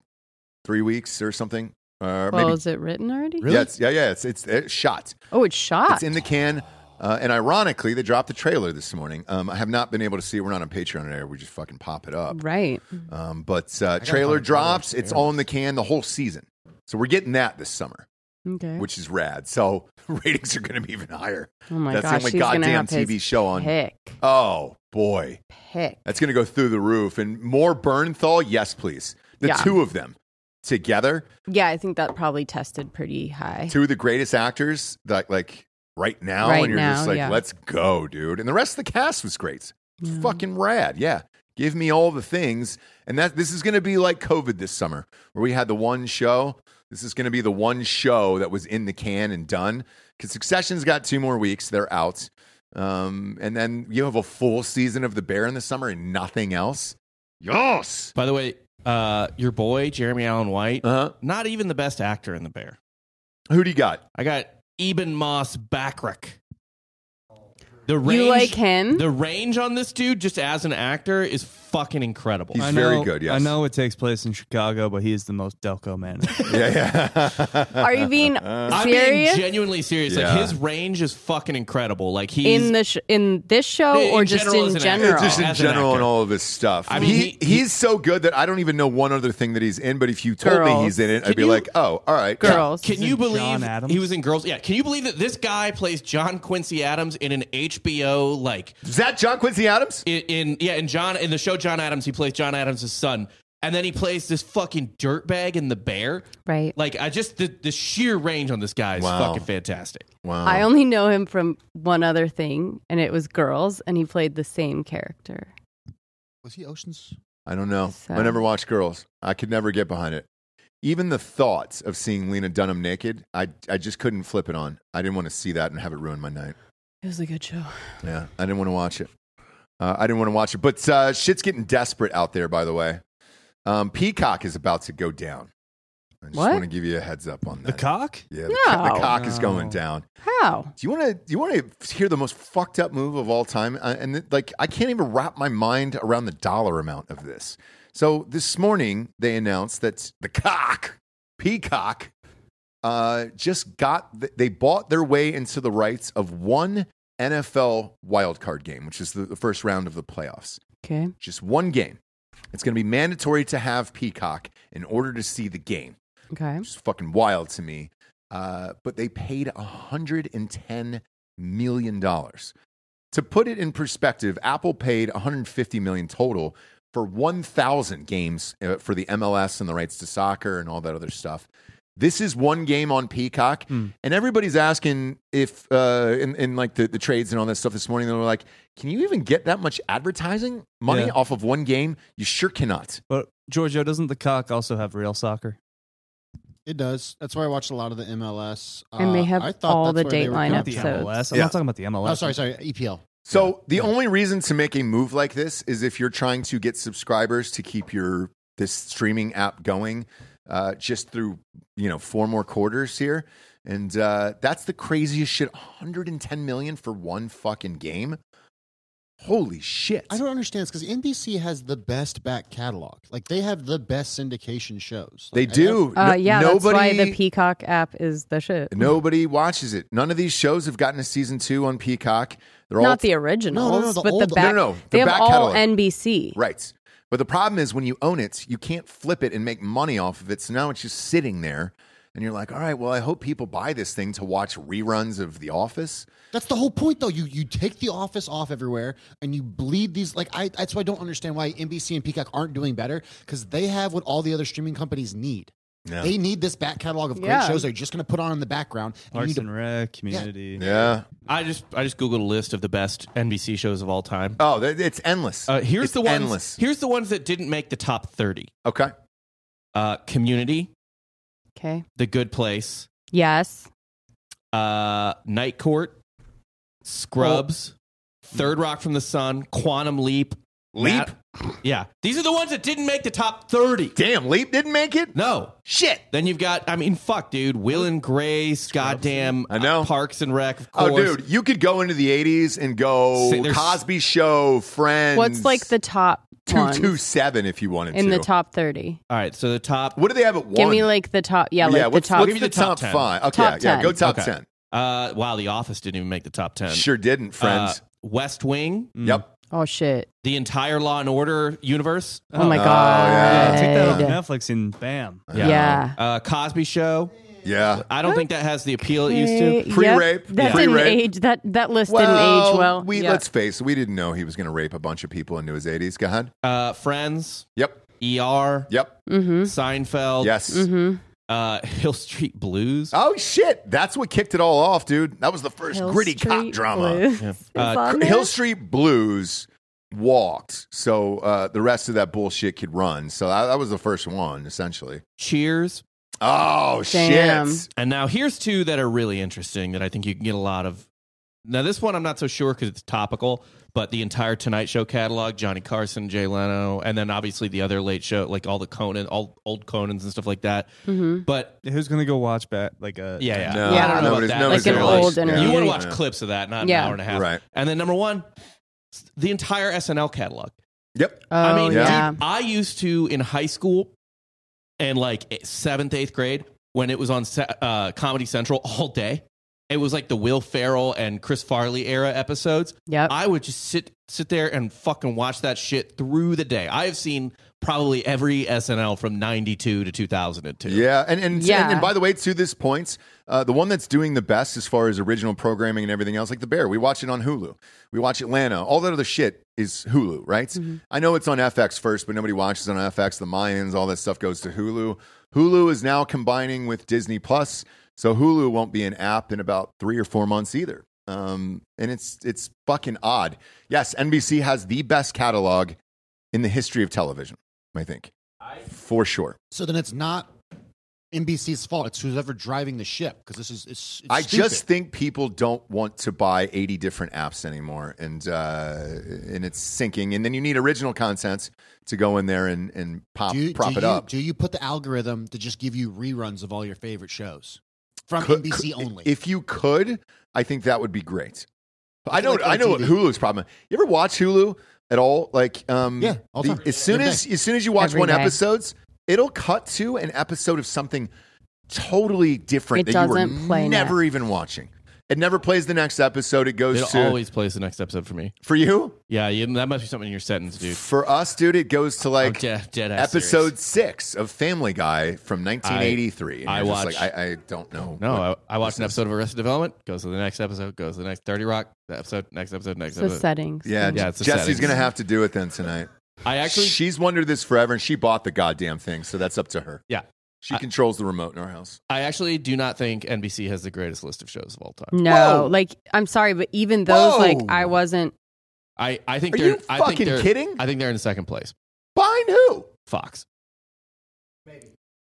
three weeks or something, or well, maybe. is it written already? Really? Yeah, it's, yeah, yeah. It's it's, it's shot. Oh, it's shot. It's in the can. Uh, and ironically, they dropped the trailer this morning. Um, I have not been able to see it. We're not on Patreon today. We just fucking pop it up. right. Um, but uh, trailer gotta find a trailer drops. It's upstairs. all in the can the whole season. So we're getting that this summer, Okay. which is rad. So ratings are going to be even higher. oh my That's gosh, the only she's gonna goddamn have his TV show on. Pick, Oh boy, pick. that's going to go through the roof. And more Bernthal, yes, please. The Yeah. two of them together, Yeah, I think that probably tested pretty high. two of the greatest actors, like like right now. Right and you're now, just like, yeah. let's go, dude. And the rest of the cast was great. It's Yeah. fucking rad. Yeah. Give me all the things. And that this is gonna be like COVID this summer, where we had the one show. This is gonna be the one show that was in the can and done. Because Succession's got two more weeks, they're out. Um, and then you have a full season of the bear in the summer and nothing else. Yes. By the way, uh, your boy Jeremy Allen White, Uh. Uh-huh. not even the best actor in the Bear. Who do you got? I got Eben Moss Backrack. The range, You like him? The range on this dude, just as an actor, is fucking incredible. He's I very know- good, yes. I know it takes place in Chicago, but he is the most Delco man. Yeah, yeah. Are you being I'm serious? being genuinely serious. Yeah. Like his range is fucking incredible. Like he's in the sh- in this show In or just general as in an general? actor. Just in As an general, and actor. all of his stuff. I mean, he, he- he's so good that I don't even know one other thing that he's in. But if you told me Girls. he's in it, I'd Can be you- like, oh, all right, yeah. Girls. Can He's you in John believe Adams. he was in Girls? Yeah. Can you believe that this guy plays John Quincy Adams in an HBO like Is that John Quincy Adams? in, in yeah in John in the show John Adams he plays John Adams' son and then he plays this fucking dirtbag in the bear. right. Like I just the, the sheer range on this guy is Wow. fucking fantastic. Wow. I only know him from one other thing, and it was Girls, and he played the same character. Was he Ocean's? I don't know. So- I never watched Girls. I could never get behind it. Even the thoughts of seeing Lena Dunham naked, I, I just couldn't flip it on. I didn't want to see that and have it ruin my night. It was a good show. Yeah, I didn't want to watch it. Uh, I didn't want to watch it. But uh, shit's getting desperate out there, by the way. Um, Peacock is about to go down. I just What? want to give you a heads up on the that. cock? Yeah, the, co- the No. cock is No. going down. How? Do you want to? Do you want to hear the most fucked up move of all time? Uh, and th- like, I can't even wrap my mind around the dollar amount of this. So this morning they announced that the cock, Peacock, uh, just got th- they bought their way into the rights of one NFL wildcard game, which is the, the first round of the playoffs. Okay. Just one game. It's going to be mandatory to have Peacock in order to see the game. Okay. It's fucking wild to me. Uh, but they paid $110 million. To put it in perspective, Apple paid $150 million total for 1,000 games uh, for the MLS and the rights to soccer and all that other stuff. This is one game on Peacock, and everybody's asking if, uh, in, in like the, the trades and all that stuff this morning, they were like, "Can you even get that much advertising money Yeah. off of one game? You sure cannot." But Giorgio, doesn't the cock also have real soccer? It does. That's why I watch a lot of the MLS. And they have uh, I thought all that's the where they were Dateline going. Not the episodes. MLS. I'm Yeah. not talking about the MLS. Oh, sorry, sorry, EPL. So the only reason to make a move like this is if you're trying to get subscribers to keep your this streaming app going, uh, just through you know four more quarters here, and uh, that's the craziest shit. 110 million for one fucking game. Holy shit! I don't understand this because NBC has the best back catalog. Like they have the best syndication shows. they Like, I do. Uh, No- yeah, nobody, that's why the Peacock app is the shit. nobody watches it. None of these shows have gotten a season two on Peacock. They're all Not the originals, No, no, no, the but old- the back. No, no, no, the They have back all catalog. NBC. Right. But the problem is when you own it, you can't flip it and make money off of it. So now it's just sitting there. And you're like, all right, well, I hope people buy this thing to watch reruns of The Office. That's the whole point, though. You you take the office off everywhere, and you bleed these. Like I, that's why I don't understand why NBC and Peacock aren't doing better because they have what all the other streaming companies need. Yeah. They need this back catalog of great Yeah. shows they're just going to put on in the background. and you Parks need to- and Rec, Community. Yeah. I just I just googled a list of the best NBC shows of all time. Oh, th- it's endless. Uh, here's It's the ones. Endless. Here's the ones that didn't make the top thirty. okay. Uh, Community, Okay. The Good Place, Yes. uh, Night Court, Oh. Scrubs, Third Rock from the Sun, Quantum Leap, Leap? Ma- yeah, these are the ones that didn't make the top thirty. Damn, Leap didn't make it? No shit. Then you've got. I mean, fuck, dude. Will and Grace, goddamn. I know. uh, Parks and Rec. Of course. Oh, dude, you could go into the 80s and go Say there's- Cosby Show, Friends. What's like the top ones 227 if you wanted in to. the top thirty? All right, so the top. What do they have at one? Give me like the top. Yeah, like yeah, the what's, top. give me the, top, 10. five. Okay, Top yeah, go 10. top Okay. Uh, wow, The Office didn't even make the top 10. ten. Sure didn't, friends. Mm. Uh, West Wing, Yep. oh shit! the entire Law and Order universe. Oh my Oh, god! yeah. Take that off Netflix and bam. Yeah. Yeah. Uh, Cosby Show. Yeah. I don't think that has the appeal it used to. Okay, Pre-rape, Yep. That pre-rape. didn't age. That that list didn't age well. We Yeah. let's face it, we didn't know he was going to rape a bunch of people into his 80s. Go ahead. Uh, Friends, Yep. ER, Yep. Seinfeld, Mm-hmm. Yes. Mm-hmm. uh, Hill Street Blues, Oh shit! That's what kicked it all off, dude. That was the first Hill gritty cop Street drama. Blues is Uh, on Cr- there? Hill Street Blues walked, so uh, the rest of that bullshit could run. So that, that was the first one, essentially. Cheers. Oh Damn. shit! And now here's two that are really interesting that I think you can get a lot of. Now this one I'm not so sure because it's topical, but the entire Tonight Show catalog, Johnny Carson, Jay Leno, and then obviously the other late show, like all the Conan, all old Conans and stuff like that. Mm-hmm. But Yeah, Who's gonna go watch back? Like a Yeah, yeah. No, Yeah. I don't know about nobody's- that. nobody's Like an gonna old watch- interview. You want to Yeah. watch clips of that, not Yeah. an hour and a half. Right. And then number one, the entire SNL catalog. Yep. Oh I mean, yeah. dude, I used to in high school and like eh, seventh, eighth grade when it was on se- uh, Comedy Central all day. It was like the Will Ferrell and Chris Farley era episodes. Yep. I would just sit sit there and fucking watch that shit through the day. I have seen probably every SNL from '92 to 2002. Yeah, and and, Yeah. and and by the way, to this point, uh, the one that's doing the best as far as original programming and everything else, like The Bear, we watch it on Hulu. We watch Atlanta. All that other shit is Hulu, right? I know it's on FX first, but nobody watches on FX. The Mayans, all that stuff goes to Hulu. Hulu is now combining with Disney Plus, so Hulu won't be an app in about three or four months either. Um, and it's it's fucking odd. Yes, NBC has the best catalog in the history of television. I think, for sure. So then it's not NBC's fault. It's whoever driving the ship because this is it's. it's I stupid. just think people don't want to buy 80 different apps anymore, and uh, and it's sinking. And then you need original content to go in there and, and pop do you, prop do it you- up. Do you put the algorithm to just give you reruns of all your favorite shows from Could- NBC could- only? If you could, I think that would be great. But I feel know like I know what MTV. Hulu's problem. is. You ever watch Hulu at all? Like um, Yeah, all the time. as soon Every as as soon as you watch Every one day. episodes, it'll cut to an episode of something totally different It that you doesn't were play never even watching. It never plays the next episode. It goes It to always plays the next episode for me. for you. Yeah, you, that must be something in your sentence, dude. For us, dude, it goes to like I'm dead, dead ass episode six of Family Guy from 1983. And I you're just watched- Like, I, I don't know. No, what- I, I watched an episode of Arrested Development. Goes to the next episode. Goes to the next Dirty Rock. The episode. Next episode. Next the episode. settings. yeah, Yeah, yeah it's a Jesse's settings. gonna have to do it then tonight. I actually. she's wondered this forever, and she bought the goddamn thing, so that's up to her. Yeah. she I- controls the remote in our house. I actually do not think NBC has the greatest list of shows of all time. No, Whoa. like I'm sorry, but even those, like Whoa. I wasn't. I, I think Are they're. you I fucking think they're, kidding? I think they're in second place. Find who? Fox.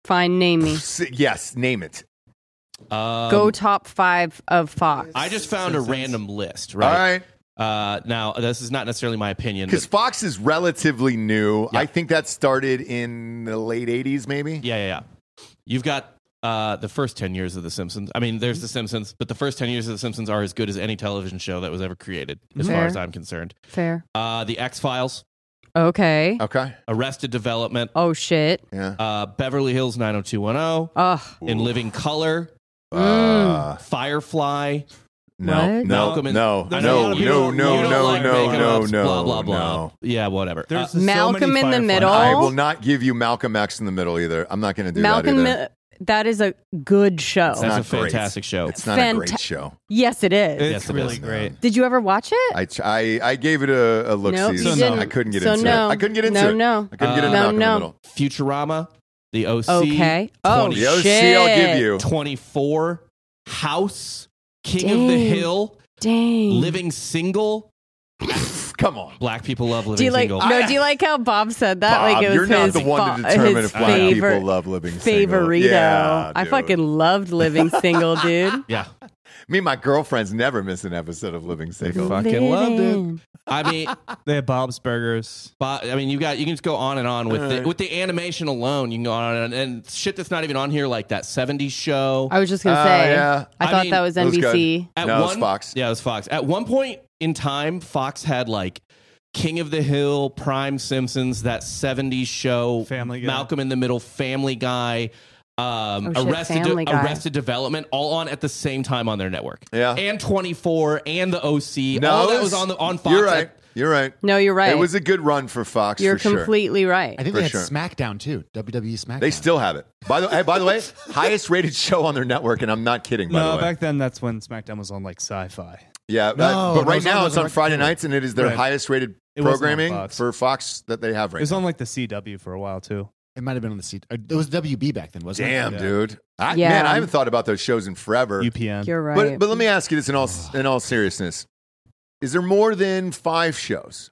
Fine, name me. S- Yes, name it. Um, Go top five of Fox. I just found a random list. All Right. right, Uh, now this is not necessarily my opinion. because But, Fox is relatively new. Yeah. I think that started in the late '80s, maybe. yeah, yeah, yeah. You've got. Uh, the first 10 years of The Simpsons. I mean, there's The Simpsons, but the first 10 years of The Simpsons are as good as any television show that was ever created, as far Fair. as I'm concerned. Fair. Uh, the X Files, Okay. Okay. Arrested Development, Oh shit. Uh, Yeah. uh, Beverly Hills 90210, Ugh. oh, In Living Color, Mm. Uh, Firefly. no, What? no, Malcolm and- no, no, no, I know you no, don't- no, you don't no, like no, no, make-em-ups, no, blah blah blah. no. Yeah, whatever. Uh, There's so Malcolm many in the Fireflies. I middle. will not give you Malcolm X in the middle either. I'm not going to do Malcolm, that either. Mi- that is a good show. It's that's not a fantastic show. It's not a Fanta- great show. yes, it is. It's Yes, it really is. great. Did you ever watch it? I, tr- I, I gave it a, a look Nope, see. you So didn't. I couldn't get So into no. it. I couldn't get into No, it. no. I couldn't get into Uh, Malcolm no, in the middle. Futurama, The OC, Okay. Oh, 20 The OC, I'll give you. 24, House, King of the Dang. Hill, Dang. Living Single. Come on. Black people love Living do you like Single. no? Do you like how Bob said that? Bob, like it was you're not his the one to fa- determine his if black favor- people love living single. favorito. Yeah, I dude. fucking loved living single, dude. yeah, Me and my girlfriends never miss an episode of Living Single. fucking loved it. Living. I mean, They have Bob's Burgers. But I mean, you got you can just go on and on with the, Alright. with the animation alone. You can go on and, and shit that's not even on here, like that '70s show. I was just gonna Oh, say. yeah. I, I thought mean, that was that was NBC. good. No, it was Fox. Yeah, it was Fox. At one point in time, Fox had like King of the Hill, Prime Simpsons, that '70s show, Family Guy. Malcolm in the Middle, Family Guy, um, Oh, shit, Arrested, Family Guy. Arrested Development, all on at the same time on their network. Yeah. and 24 and the OC. No, all it that was on the on Fox. You're right. You're right. No, you're right. It was a good run for Fox. you're for sure. completely right. I think For they had sure. SmackDown too. WWE SmackDown. They still have it. By the hey, by the way, highest rated show on their network, and I'm not kidding. By no, the way, back then that's when SmackDown was on like sci-fi. yeah, No, but it right was on- now it it's was on on Friday cable. nights, and it is their Right. highest rated It wasn't on programming Fox. for Fox that they have It right was now. on like the CW for a while too. It might have been on the seat. It was WB back then, wasn't Damn, it? dude. I, Yeah. Man, I haven't thought about those shows in forever. UPN. you're right. But but let me ask you this in all in all seriousness: Is there more than five shows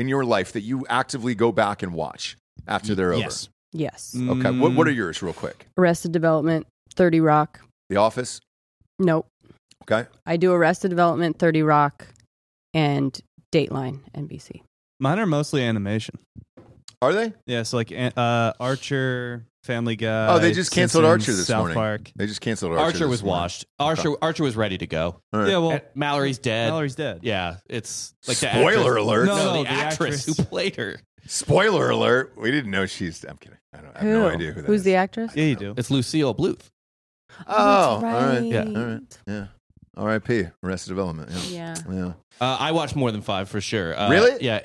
in your life that you actively go back and watch after they're over? Yes. yes. Okay. What what are Mm. yours, real quick? Arrested Development, Thirty Rock. The Office. Nope. Okay. I do Arrested Development, Thirty Rock, and Dateline NBC. Mm, Mine are mostly animation. Are they? Yeah, so like an- uh, Archer, Family Guy. Uh, Oh, they just canceled Simpsons, Archer this South morning. Park. They just canceled Archer. Archer this was morning. washed. Archer Archer was ready to go. All right. Yeah, well, And Mallory's dead. Mallory's dead. Yeah, it's like the Spoiler actress- alert. No, No, the, the actress, actress. who played her. Spoiler alert. We didn't know she's. I'm kidding. I, don't, I have no idea who that Who's is. the actress? Yeah, you do. It's Lucille Bluth. Oh, that's all right. right. Yeah. All right. Yeah. R.I.P. Arrested Development. Yeah. Yeah. Yeah. Uh, I watched more than five for sure. Uh, Really? Yeah.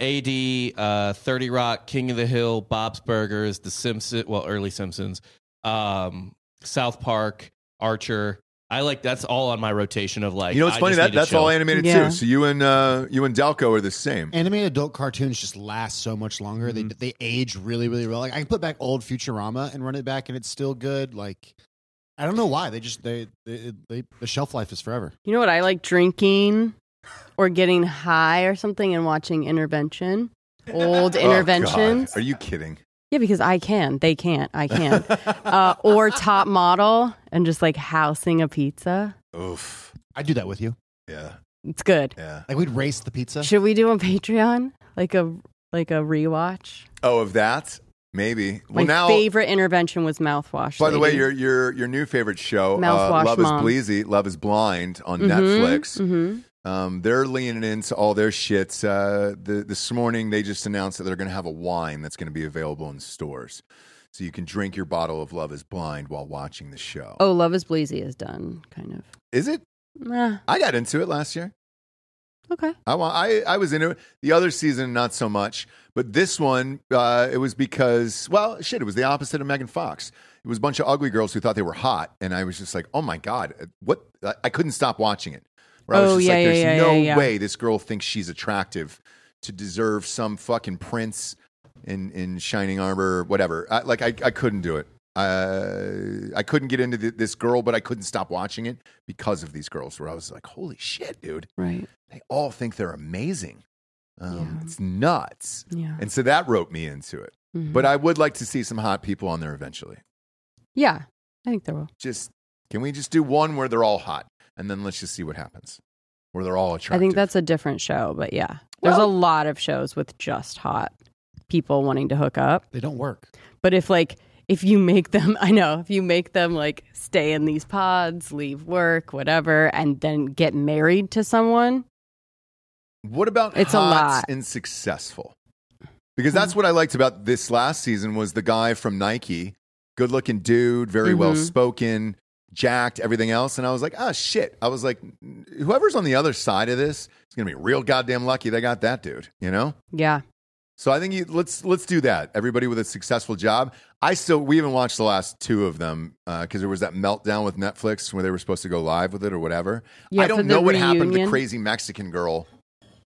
AD, uh, Thirty Rock, King of the Hill, Bob's Burgers, The Simpsons. Well, early Simpsons, um, South Park, Archer. I like that's all on my rotation of like. you know what's I funny? just That need to that's chill. all animated Yeah. too. So you and uh, you and Delco are the same. Animated adult cartoons just last so much longer. Mm-hmm. They they age really really well. Like I can put back old Futurama and run it back, and it's still good. Like I don't know why they just they they, they the shelf life is forever. You know what I like drinking or getting high or something and watching intervention. Old Oh, God. interventions. Are you kidding? Yeah, because I can. They can't. I can. uh, or top model and just like housing a pizza. Oof. I do that with you. Yeah. It's good. Yeah. Like we'd race the pizza. Should we do a Patreon? Like a like a rewatch? Oh, of that maybe. Well, My now. favorite intervention was mouthwash. by the way, lady. your your your new favorite show, uh, Mouthwash Love Mom. is Bleazy, Love is Blind on Mhm, Netflix. mhm. Um, they're leaning into all their shits. Uh, the, this morning, they just announced that they're going to have a wine that's going to be available in stores. so you can drink your bottle of Love is Blind while watching the show. Oh, Love is Bleazy is done, kind of. Is it? Nah, I got into it last year. okay. I, wa- I I was into it. The other season, not so much. But this one, uh, it was because, well, shit, it was the opposite of Megan Fox. It was a bunch of ugly girls who thought they were hot. And I was just like, oh my God, what? I- I couldn't stop watching it. Where I was Oh, just yeah, like, yeah, there's yeah, no yeah, yeah. way this girl thinks she's attractive to deserve some fucking prince in, in Shining Armor or whatever. I, like, I, I couldn't do it. Uh, I couldn't get into th- this girl, but I couldn't stop watching it because of these girls. Where I was like, "Holy shit, dude! Right. they all think they're amazing. Um, Yeah. It's nuts. Yeah. And so that roped me into it. Mhm. But I would like to see some hot people on there eventually. yeah, I think there will. Just can we just do one where they're all hot and then let's just see what happens where they're all attractive. I think that's a different show, but yeah. There's Well- a lot of shows with just hot people wanting to hook up. They don't work. But if like if you make them, I know, if you make them like stay in these pods, leave work, whatever, and then get married to someone, what about It's a hots lot. and successful? Because that's what I liked about this last season was the guy from Nike, good looking dude, very Mhm. well spoken, jacked, everything else. And I was like, oh shit. I was like, whoever's on the other side of this is gonna be real goddamn lucky they got that dude, you know? yeah. So I think you, let's let's do that. Everybody with a successful job. I still we even watched the last two of them because there was that meltdown with Netflix where they were supposed to go live with it or whatever. Yeah, I for don't the know what happened to the reunion. crazy Mexican girl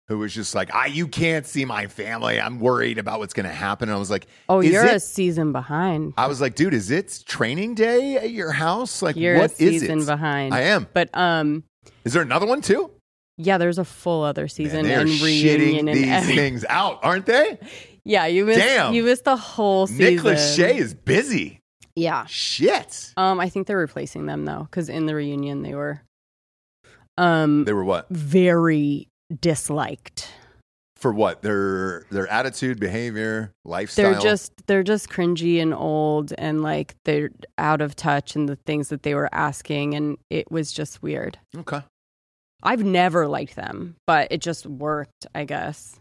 who was just like, "I you can't see my family. I'm worried about what's going to happen." And I was like, Oh, is you're a it? season behind. I was like, "Dude, is it training day at your house? Like, You're what a is season it?" behind. I am. But um Is there another one too? yeah, there's a full other Man, season they are and reunion shitting and these every- things out, aren't they? Yeah, you missed Damn. you missed the whole season. Nick Lachey is busy. Yeah. Shit. Um I think they're replacing them though cuz in the reunion they were um They were what? very disliked. for what their their attitude, behavior, lifestyle. They're just they're just cringy and old and like they're out of touch and the things that they were asking and it was just weird. okay. I've never liked them, but it just worked, I guess.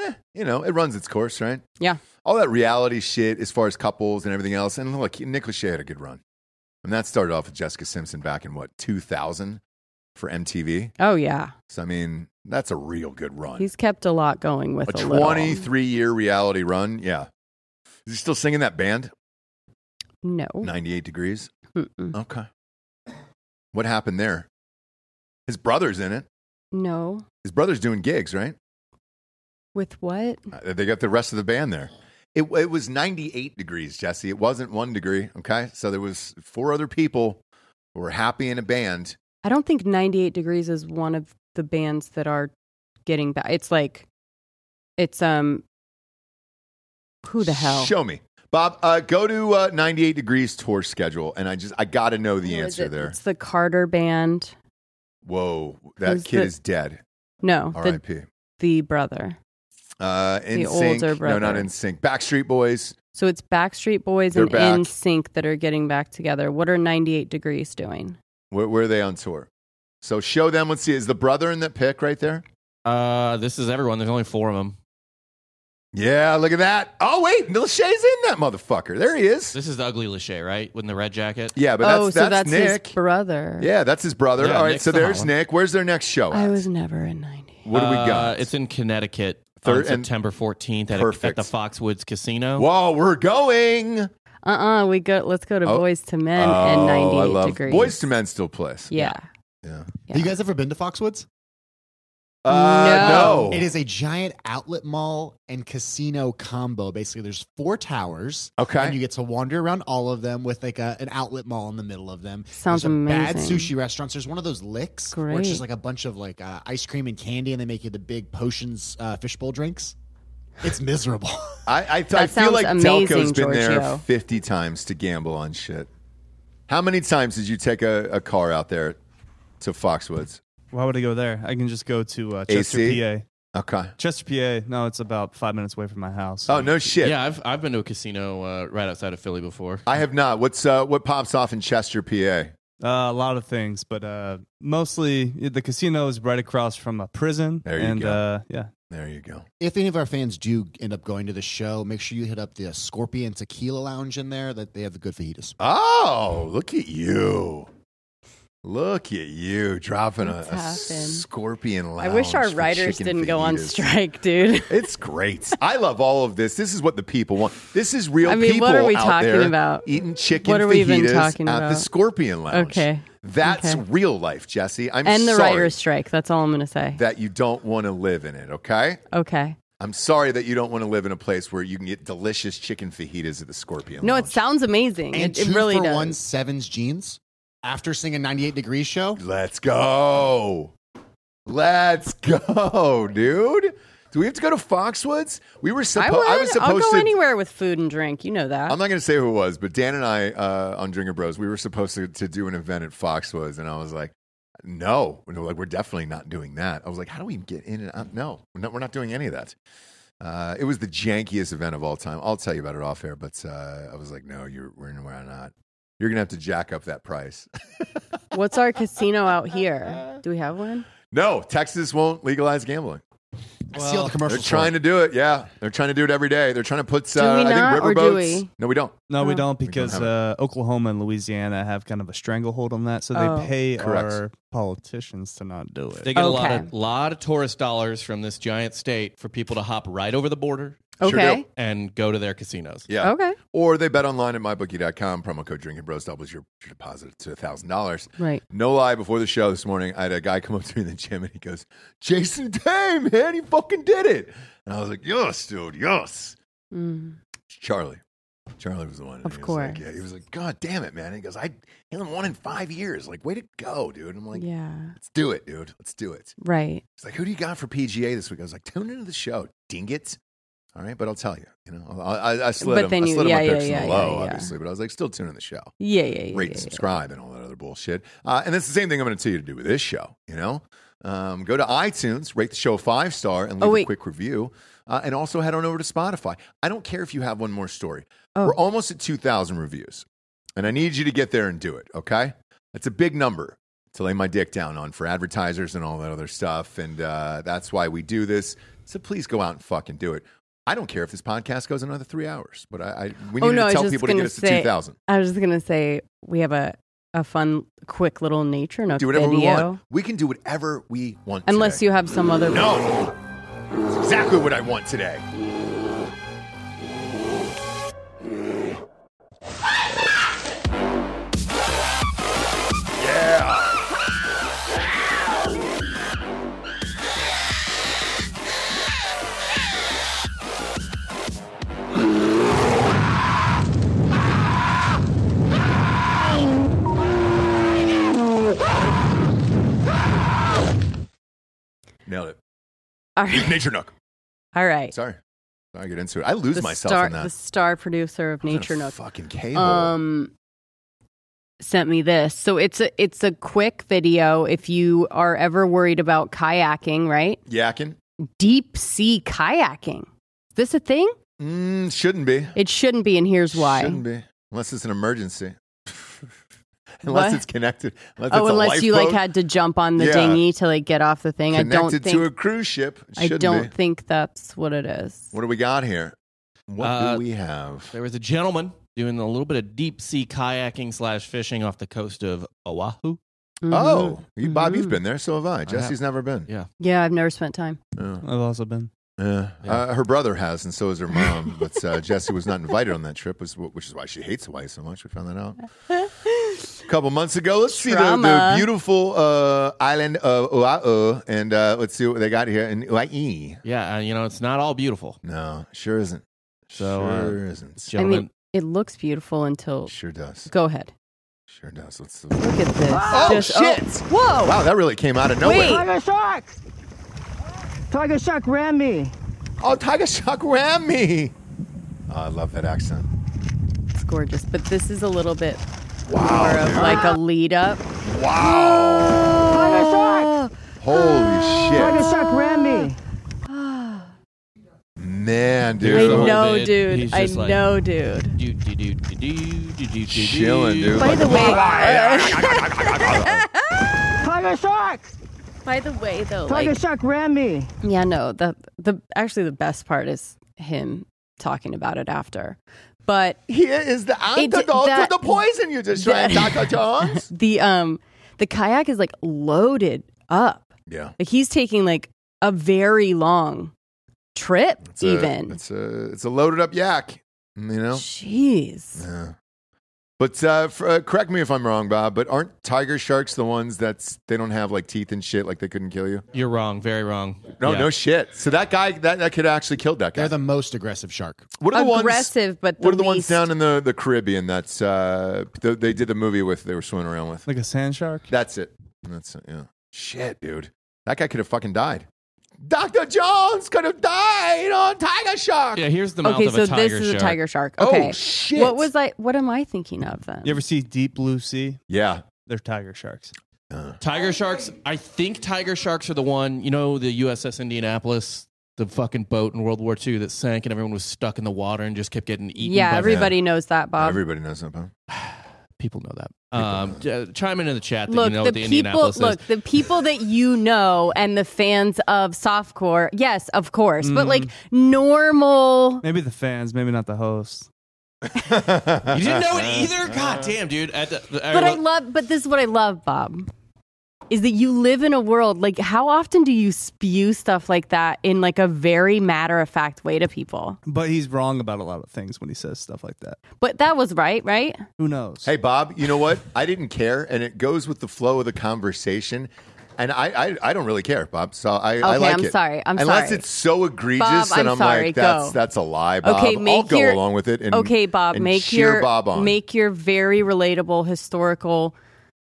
Eh, you know, it runs its course, right? Yeah. All that reality shit as far as couples and everything else. And look, Nick Lachey had a good run. And that started off with Jessica Simpson back in what 2000 for MTV. Oh yeah. So I mean, that's a real good run. He's kept a lot going with a a, little. 23 year reality run. Yeah. Is he still singing that band? No. 98 degrees. Mm-mm. Okay. What happened there? His brother's in it. No. His brother's doing gigs, right? With what? Uh, They got the rest of the band there. It, it was 98 degrees, Jesse. It wasn't one degree. Okay, so there was four other people who were happy in a band. I don't think 98 Degrees is one of the bands that are getting back. It's like it's um who the hell? Show me, Bob. Uh, go to uh, 98 degrees tour schedule, and I just I got to know the Who is answer it? there. It's the Carter band. Whoa, that Who's kid the- is dead. No, the, R.I.P. the brother. Uh, in sync. older No, not brother. in sync. Backstreet Boys. So it's Backstreet Boys They're and back. In Sync that are getting back together. What are 98 Degrees doing? Where, where are they on tour? So show them. Let's see. Is the brother in that pic right there? Uh, this is everyone. There's only four of them. Yeah, look at that. Oh wait, Lachey's in that motherfucker. There he is. This is the ugly Lachey, right? With the red jacket. Yeah, but oh, that's, so that's that's Nick. his brother. yeah, that's his brother. Yeah, All right, Nick's so the there's hot one. Nick. Where's their next show? I at? was never in 90. What do we Uh, got? It's in Connecticut Third on and- September 14th at, a- Perfect. at the Foxwoods Casino. Whoa, we're going. Uh-uh, we go let's go to Oh. Boys to Men and 98 I love Degrees. Boys to Men still plays. Yeah. Yeah. Yeah. Have you guys ever been to Foxwoods? Uh, no. No. It is a giant outlet mall and casino combo. Basically, there's four towers. Okay. And you get to wander around all of them with like a, an outlet mall in the middle of them. Sounds There's a Bad amazing. sushi restaurants. There's one of those licks where it's Great. just like a bunch of like uh, ice cream and candy, and they make you the big potions uh, fishbowl drinks. It's miserable. I, I, th- That I feel sounds like amazing, Delco's been there Giorgio. 50 times to gamble on shit. How many times did you take a, a car out there to Foxwoods? Why would I go there? I can just go to uh, Chester, AC? PA. Okay. Chester, PA. No, it's about five minutes away from my house. Oh, no shit. Yeah, I've I've been to a casino uh, right outside of Philly before. I have not. What's uh, What pops off in Chester, PA? Uh, a lot of things, but uh, mostly the casino is right across from a prison. There you and, go. Uh, yeah, There you go. if any of our fans do end up going to the show, make sure you hit up the Scorpion Tequila Lounge in there. That they have the good fajitas. Oh, look at you. Look at you dropping a, What's a happened? scorpion I wish lounge our for writers chicken didn't go on fajitas. strike, dude. It's great. I love all of this. This is what the people want. This is real I mean, people what are we out talking there about? eating chicken What are we even fajitas talking at the about? Scorpion Lounge. Okay. That's Okay. real life, Jesse. I'm and the sorry writers' strike. That's all I'm going to say. that you don't want to live in it, okay? okay. I'm sorry that you don't want to live in a place where you can get delicious chicken fajitas at the Scorpion No, it Lounge. sounds amazing. And It, it two really for does. one sevens jeans after singing 98 degrees show. Let's go. Let's go, dude. Do we have to go to Foxwoods? We were I supposed would. I was I'll supposed go to anywhere with food and drink. You know that. I'm not going to say who it was, but Dan and I uh, on Drinker Bros, we were supposed to, to do an event at Foxwoods, and I was like, no, And they were like we're definitely not doing that. I was like, how do we get in and out? No, we're not, we're not doing any of that. Uh, it was the jankiest event of all time. I'll tell you about it off air, but uh, I was like, no, you're we're, we're not. You're gonna have to jack up that price. What's our casino out Uh, here? Do we have one? no, Texas won't legalize gambling. I see all the They're commercials. for trying it. to do it. Yeah, they're trying to do it every day. They're trying to put. Uh, we I not, think or do riverboats. we? No, we don't. No, we Oh. don't because have it. uh, Oklahoma and Louisiana have kind of a stranglehold on that, so they Oh. pay Correct. our politicians to not do it. They get a lot Okay. of lot of tourist dollars from this giant state for people to hop right over the border Sure do. Okay. and go to their casinos. Yeah. Okay. Or they bet online at mybookie.com. Promo code Drinking Bros doubles your, your deposit to $1,000. Right. No lie, before the show this morning, I had a guy come up to me in the gym and he goes, Jason Day, man, he fucking did it. And I was like, yes, dude, yes. Mm. It's Charlie. Charlie was the one. And Of he was like, course. yeah, he was like, God damn it, man. And he goes, I haven't won in five years. Like, way to go, dude. And I'm like, yeah. let's do it, dude. Let's do it. Right. He's like, "Who do you got for PGA this week?" I was like, "Tune into the show, ding it." All right, but I'll tell you. You know, I, I, I slid But him. then I you- slid him yeah, my yeah, picks yeah, in the low, yeah, yeah. obviously. But I was like, still tune in the show, Yeah. Yeah. Yeah. rate, yeah, and yeah. subscribe, and all that other bullshit. Uh, and that's the same thing I'm going to tell you to do with this show. You know, um, go to iTunes, rate the show five star, and Oh, leave a wait. quick review. Uh, and also head on over to Spotify. I don't care if you have one more story. Oh. We're almost at 2,000 reviews, and I need you to get there and do it. Okay, that's a big number to lay my dick down on for advertisers and all that other stuff. And uh, that's why we do this. So please go out and fucking do it. I don't care if this podcast goes another three hours, but I, I we Oh, need no, to I was tell just people to get gonna us to say- two thousand. I was just gonna say we have a a fun, quick little nature nook Do whatever video. we want. We can do whatever we want. Unless you have some other. no, It's exactly what I want today. Nailed it. All right. Nature Nook. All right. Sorry, sorry, I get into it. I lose the myself star, in that. the star producer of Nature I'm in a Nook. Fucking cable. um sent me this. So it's a it's a quick video if you are ever worried about kayaking, right? Yakking. Deep sea kayaking. Is this a thing? Mm, shouldn't be. It shouldn't be and here's why. Shouldn't be. Unless it's an emergency. unless What? it's connected. Unless oh, it's a unless you like lifeboat had to jump on the Yeah. dinghy to like get off the thing. I connected don't to a think cruise ship. It I shouldn't don't be. think that's what it is. What do we got here? What Uh, do we have? Mm-hmm. There was a gentleman doing a little bit of deep sea kayaking slash fishing off the coast of Oahu. Mhm. Oh, you, Bob, you've Mhm. been there. So have I. have. Jesse's never been. Yeah, I've never spent time. Yeah. I've also been. Yeah. Yeah. Uh, her brother has, and so has her mom. but uh, Jesse was not invited on that trip, was- which is why she hates Hawaii so much. We found that out a couple months ago. Let's see the, the Trauma. beautiful uh, island of Oahu, and uh, let's see what they got here in Hawaii. Yeah, uh, you know, it's not all beautiful. No, sure isn't. So, uh, sure isn't. I Gentleman, mean, it looks beautiful until Sure does. Go ahead. Sure does. Let's. Look at this. Oh, Just- oh, shit. whoa. Wow, that really came out of nowhere. Wait. Tiger Shark! Tiger Shark ran me. Oh, Tiger Shark ran me. Oh, I love that accent. It's gorgeous, but this is a little bit more of like a lead up. Tiger Shark! Tiger Holy shit, Shark ran me. man, I Here's the dude. whole know, vid. dude. He's I just like- know, dude. do, do, do, do, do, do, do, do, Chilling, do. dude. By the way, Tiger Shark! By the way, though, Tiger like, Shark ran me. Yeah, no. The the actually the best part is him talking about it after. But here is the It- antidote that- to the poison you just drank, Dr. Jones. the um the kayak is like loaded up. Yeah. Like he's taking like a very long trip It's a- even. it's a it's a loaded up yak, you know. Jeez. Yeah. But uh, f uh, correct me if I'm wrong, Bob. But aren't tiger sharks the ones that's they don't have like teeth and shit, like they couldn't kill you? You're wrong. Very wrong. No, Yeah. no shit. So that guy, that, that could actually killed that guy. They're the most aggressive shark. what are the ones? Aggressive, but the What are the ones least- down in the, the Caribbean? That's uh, th- they did the movie with. They were swimming around with. Like a sand shark? That's it. That's it. Yeah. Shit, dude. That guy could have fucking died. Doctor Jones could have died on tiger shark. Yeah, here's the mouth Okay, of so a tiger this is shark. a tiger shark. Oh, Okay. shit. What was I what am I thinking of then? You ever see Deep Blue Sea? Yeah. They're tiger sharks. Tiger sharks. I think tiger sharks are the one. You know the USS Indianapolis, the fucking boat in World War II that sank and everyone was stuck in the water and just kept getting eaten. yeah, by everybody knows that, Bob. Everybody knows that. Bob. people know that. Um, j- chime in in the chat. That look, you know the, what the people Indianapolis look is. the people that you know and the fans of softcore. Yes, of course, but like Mm-hmm. normal. Maybe the fans, maybe not the host. You didn't know it either. God damn, dude. At the, the- But I lo- love. But this is what I love, Bob. Is that you live in a world like how often do you spew stuff like that in like a very matter of fact way to people? But he's wrong about a lot of things when he says stuff like that. But that was right, right? Who knows? Hey, Bob, you know what? I didn't care, and it goes with the flow of the conversation. And I, I, I don't really care, Bob. So I, I Okay, like I'm it. sorry. I'm Unless sorry. it's so egregious Bob, that I'm I'm, sorry. like, that's Go. that's a lie, Bob. Okay, make I'll go your- along with it. And, okay, Bob, and make cheer your Bob on. make your very relatable historical,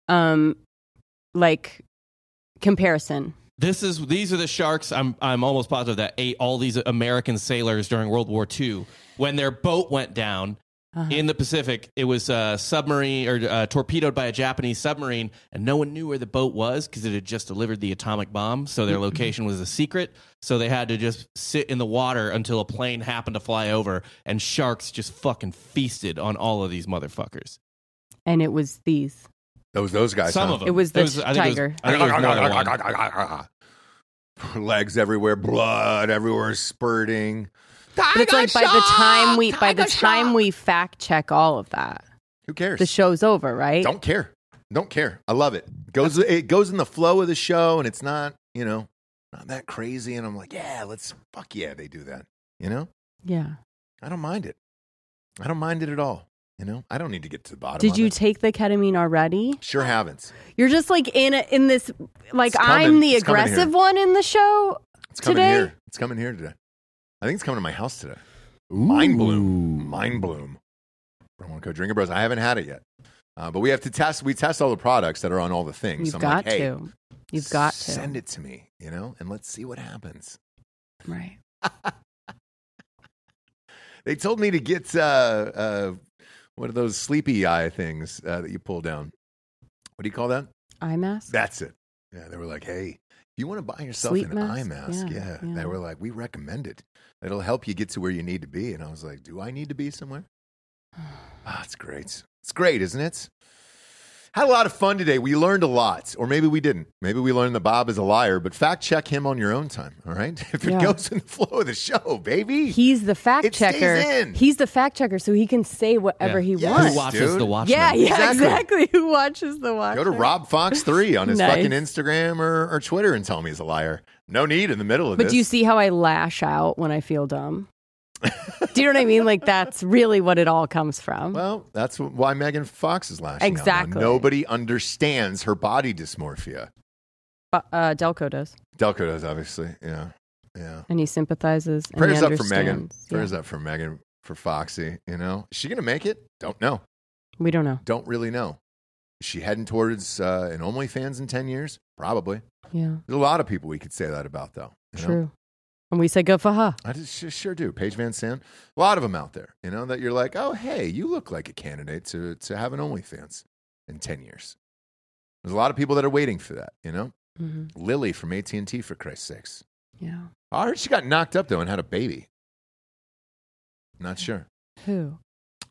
um, like comparison. this is these are the sharks. I'm I'm almost positive that ate all these American sailors during World War II when their boat went down Uh-huh. in the Pacific. It was uh, submarine or uh, torpedoed by a Japanese submarine, and no one knew where the boat was because it had just delivered the atomic bomb. So their location was a secret. So they had to just sit in the water until a plane happened to fly over, and sharks just fucking feasted on all of these motherfuckers. And it was these. those those guys. Some huh? of them. It was the I think it was- tiger. I think it was more than one. Legs everywhere, blood everywhere, spurting. But it's like by the time we by the time we fact check all of that, Who cares? the show's over, right? Don't care. Don't care. I love it. Goes it goes in the flow of the show, and it's not you know not that crazy. And I'm like, yeah, let's fuck yeah, they do that. You know, Yeah. I don't mind it. I don't mind it at all. You know, I don't need to get to the bottom. Did of you it. take the ketamine already? sure haven't. You're just like in a, in this like It's coming. I'm the It's coming aggressive here. one in the show. It's coming Today? here. It's coming here today. I think it's coming to my house today. Mind bloom. Mind bloom. From One Co Drinker Bros. I haven't had it yet, uh, but we have to test. We test all the products that are on all the things. You've I'm got like, hey, to. You've got to. send it to me. You know, and let's see what happens. Right. They told me to get uh, uh, what are those sleepy eye things uh, that you pull down? What do you call that? Eye mask. That's it. Yeah, they were like, hey, if you want to buy yourself Sleep an eye mask, mask? yeah, Yeah, yeah. they were like, we recommend it. It'll help you get to where you need to be. And I was like, do I need to be somewhere? Ah, it's great. It's great, isn't it? Had a lot of fun today. We learned a lot, or maybe we didn't. Maybe we learned that Bob is a liar, but fact check him on your own time, all right? If it Yeah. goes in the flow of the show, baby. He's the fact It stays checker. in. He's the fact checker, so he can say whatever he Yes. wants. Who watches dude. the Watchmen? yeah, yeah, Exactly. exactly. Who watches the watch? Go to Rob Fox three on his Nice. fucking Instagram or, or Twitter and tell me he's a liar. No need in the middle of But this. do you see how I lash out when I feel dumb? do you know what I mean? Like that's really what it all comes from. Well, that's wh- why Megan Fox is lashing out now. Exactly. Nobody understands her body dysmorphia. Bu- uh, Delco does, Delco does, obviously. Yeah, yeah. and he sympathizes. And Prayers he up for Megan. understands. Yeah. Prayers up for Megan for Foxy. You know, is she gonna make it? Don't know. We don't know. Don't really know. Is she heading towards uh, an OnlyFans in ten years? Probably. Yeah, There's a lot of people we could say that about, though. you know? true. And we say good for her. I just, sure, sure do. Paige Van Sant, a lot of them out there, you know, that you're like, oh, hey, you look like a candidate to, to have an OnlyFans in 10 years. There's a lot of people that are waiting for that, you know? Mhm. Lily from AT&T, for Christ's sakes. Yeah. I heard she got knocked up, though, and had a baby. Not sure. Who?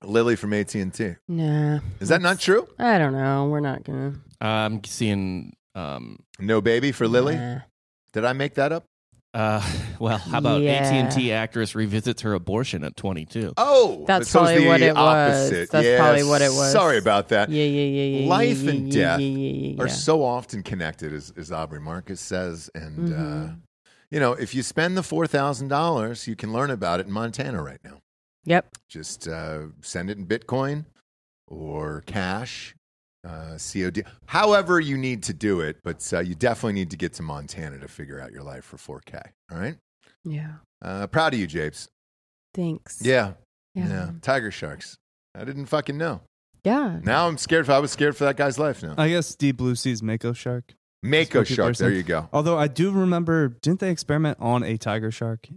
Lily from AT&T. Nah. Is that not true? I don't know. We're not gonna. I'm seeing Um, No baby for Lily. Did I make that up? uh, well, how about Yeah. AT&T actress revisits her abortion at 22? Oh, That's so it's probably the what it was. opposite. That's Yeah, probably what it was. Sorry about that. Yeah, yeah, yeah, yeah. Uh, Life yeah, and yeah, death yeah, yeah, yeah, are yeah. so often connected, as, as Aubrey Marcus says. And, uh, Mhm. you know, if you spend the $4,000, you can learn about it in Montana right now. Yep. Just uh, send it in Bitcoin or cash, uh, COD, however you need to do it. But uh, you definitely need to get to Montana to figure out your life for 4K. All right. Yeah. Uh, proud of you, Japes. Thanks. Yeah. Yeah. Yeah. Tiger sharks. I didn't fucking know. Yeah. Now I'm scared. For, I was scared for that guy's life now. I guess Deep Blue Sea's Mako Shark. Mako what people are shark. There saying. you go. Although I do remember, didn't they experiment on a tiger shark?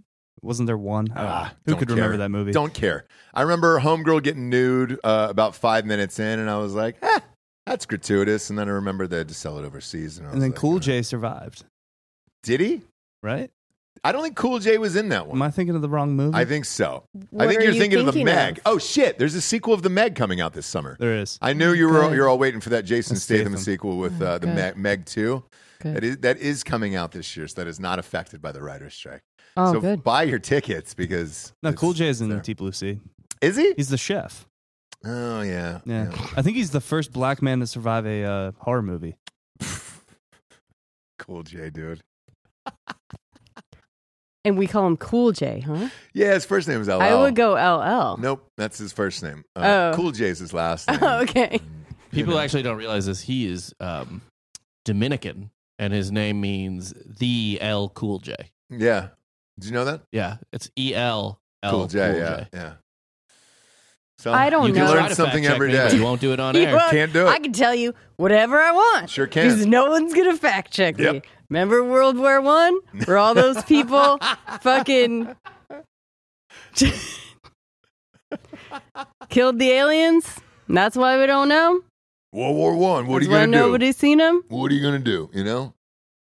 Wasn't there one? I don't know. Ah, Who don't could care. remember that movie? Don't care. I remember Homegirl getting nude uh, about five minutes in, and I was like, "Ah, that's gratuitous. And then I remembered they had to sell it overseas. And, I was And then like, Cool "Uh, J survived, Did he? right? I don't think Cool J was in that Am one. I thinking of the wrong movie? I think so. I What think are you're you thinking, of the thinking Meg. of? Oh shit! There's a sequel of the Meg coming out this summer. there is. I knew you were Good. you're all waiting for that Jason That's Statham, Statham. sequel with Oh, uh, the good. Meg, Meg Two. Good. That is that is coming out this year, so that is not affected by the writer's strike. Oh, so good. buy your tickets because No, it's- Cool J is in there. Deep Blue Sea. Is he? He's the chef. Oh yeah. Yeah. I think he's the first black man to survive a uh, horror movie. Cool J, dude. And we call him Cool J, huh? Yeah, his first name is LL. I would go LL. Nope, that's his first name. Uh, Oh. Cool J is his last name. Oh, okay. People Hmm. actually don't realize this. He is um, Dominican, and his name means the L Cool J. Yeah. Did you know that? Yeah, it's E L L Cool J. yeah. Yeah. So I don't You you can know. learn try to something fact check every me, but day. You won't do it on Oh, You air. won't- Can't do it. I can tell you whatever I want. Sure can. Because no one's gonna fact check me. Yep. Remember World War One, where all those people fucking killed the aliens. And that's why we don't know. World War One. What are that's you why gonna do? nobody's seen them. what are you gonna do? You know.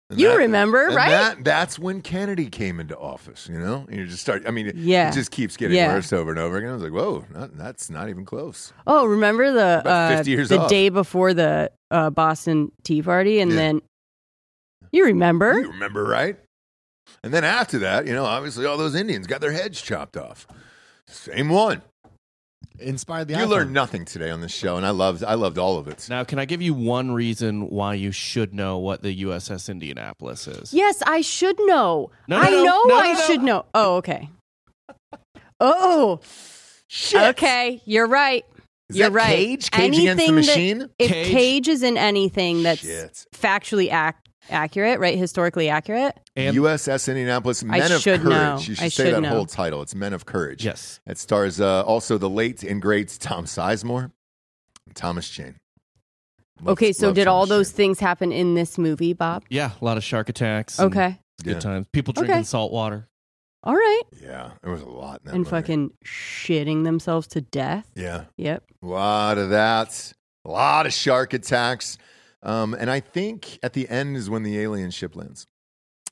And You remember, and right? That, that's when Kennedy came into office. You know, and you just start. I mean, it, Yeah. it just keeps getting Yeah. worse over and over again. I was like, whoa, not, that's not even close. Oh, remember the About uh, 50 years the off. day before the uh, Boston Tea Party, and Yeah. then you remember? You remember, right? And then after that, you know, obviously all those Indians got their heads chopped off. Same one. Inspired the you iPhone. learned nothing today on this show, and I loved. I loved all of it. Now, can I give you one reason why you should know what the USS Indianapolis is? Yes, I should know. No, no, I no. know No, no, I no. should know. Oh, okay. Oh, Shit. okay. You're right. Is You're that right. Cage, Cage against the Anything that- machine. If Cage? cage, is in anything that's Shit. factually ac- accurate, right? Historically accurate. And- USS Indianapolis, I Men of should Courage. know. You should I say should that know. whole title. It's Men of Courage. Yes. It stars uh, also the late and great Tom Sizemore, and Thomas Jane. Love- okay, so love did all Thomas those Jane. things happen in this movie, Bob? Yeah, a lot of shark attacks. and Okay. Good Yeah. times. People drinking Okay. salt water. All right. Yeah, there was a lot. In that And movie. fucking shitting themselves to death. Yeah, Yep. a lot of that. A lot of shark attacks. Um, and I think at the end is when the alien ship lands.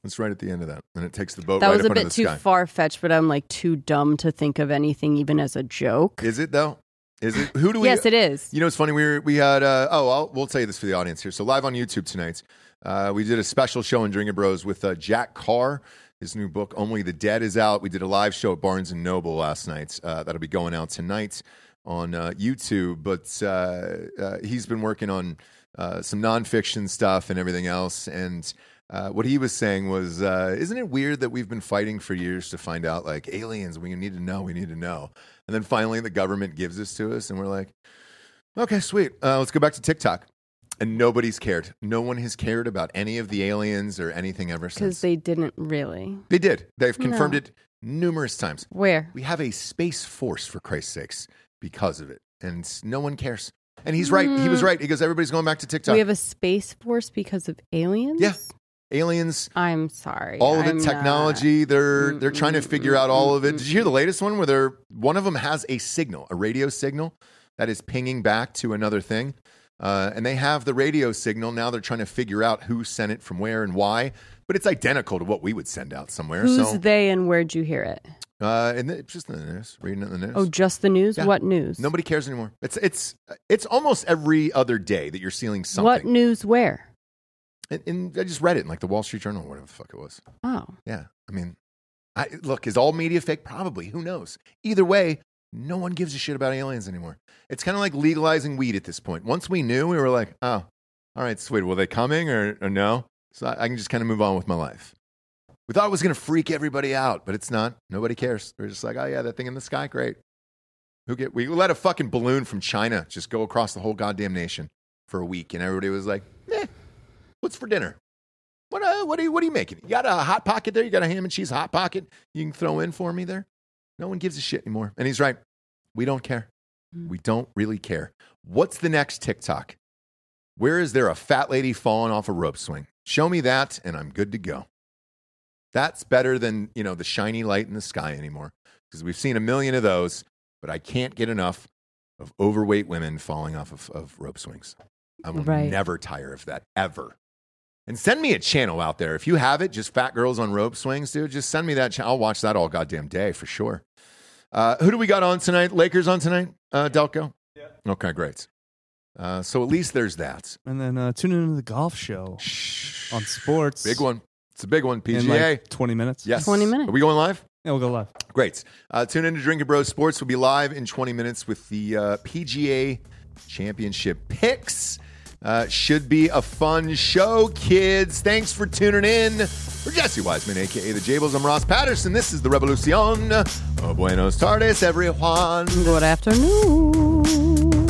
It's right at the end of that, and it takes the boat That right was up a under bit the too sky. far fetched, but I'm like too dumb to think of anything even as a joke. Is it though? Is it? Who do we? yes, it is. You know, it's funny. We were, we had uh, oh, I'll, we'll tell you this for the audience here. So live on YouTube tonight, uh, we did a special show in Drinking Bros with uh, Jack Carr. His new book, Only the Dead, is out. We did a live show at Barnes and Noble last night. Uh, that'll be going out tonight on uh, YouTube. But uh, uh, he's been working on uh, some nonfiction stuff and everything else. And uh, what he was saying was, uh, isn't it weird that we've been fighting for years to find out like aliens? We need to know. We need to know. And then finally, the government gives this to us, and we're like, Okay, sweet. Uh, let's go back to TikTok. And nobody's cared. No one has cared about any of the aliens or anything ever Because since. they didn't really. They did. They've confirmed No. it numerous times. Where? We have a space force, for Christ's sakes, because of it. And no one cares. And he's right. He was right. He goes, everybody's going back to TikTok. Mm. We have a space force because of aliens? Yeah. aliens, I'm sorry. all of I'm uh, mm, the not- technology. They're they're trying to Mm-mm, figure out all of it. mm-mm, Did you hear the latest one where they're one of them has a signal, a radio signal that is pinging back to another thing, uh, and they have the radio signal now. They're trying to figure out who sent it from where and why, but it's identical to what we would send out somewhere. Who's so, they and where'd you hear it? uh, and it's just in the news, reading it in the news. Oh, just the news? Yeah. What news? Nobody cares anymore. It's it's it's almost every other day that you're seeing something. What news where? and, and I just read it in like the Wall Street Journal or whatever the fuck it was. Oh, Yeah, I mean, I, look, is all media fake? Probably. Who knows? Either way, no one gives a shit about aliens anymore. It's kind of like legalizing weed at this point. Once we knew, we were like, oh, all right, sweet. Were they coming or, or no? So I, I can just kind of move on with my life. We thought it was going to freak everybody out, but it's not. Nobody cares. We're just like, oh yeah, that thing in the sky, great. Who get? We let a fucking balloon from China just go across the whole goddamn nation for a week, and everybody was like, eh, what's for dinner? What, uh, what, are you, what are you making? You got a hot pocket there? You got a ham and cheese hot pocket you can throw in for me there? No one gives a shit anymore. And he's right. We don't care. We don't really care. What's the next TikTok? Where is there a fat lady falling off a rope swing? Show me that and I'm good to go. That's better than, you know, the shiny light in the sky anymore because we've seen a million of those, but I can't get enough of overweight women falling off of, of rope swings. I will Right. never tire of that ever. And send me a channel out there. If you have it, just Fat Girls on Rope Swings, dude. Just send me that channel. I'll watch that all goddamn day for sure. Uh, who do we got on tonight? Lakers on tonight? Uh, Delco? Yeah. Okay, great. Uh, so at least there's that. And then uh, tune into the golf show on sports. Big one. It's a big one. PGA. In like 20 minutes. yes. 20 minutes. Are we going live? Yeah, we'll go live. Great. Uh, tune in to Drinking Bros Sports. We'll be live in 20 minutes with the uh, PGA Championship picks. Uh, should be a fun show, kids. Thanks for tuning in. For Jesse Wiseman, aka the Jables, I'm Ross Patterson. This is the Revolucion. Oh, buenos tardes, everyone. good afternoon.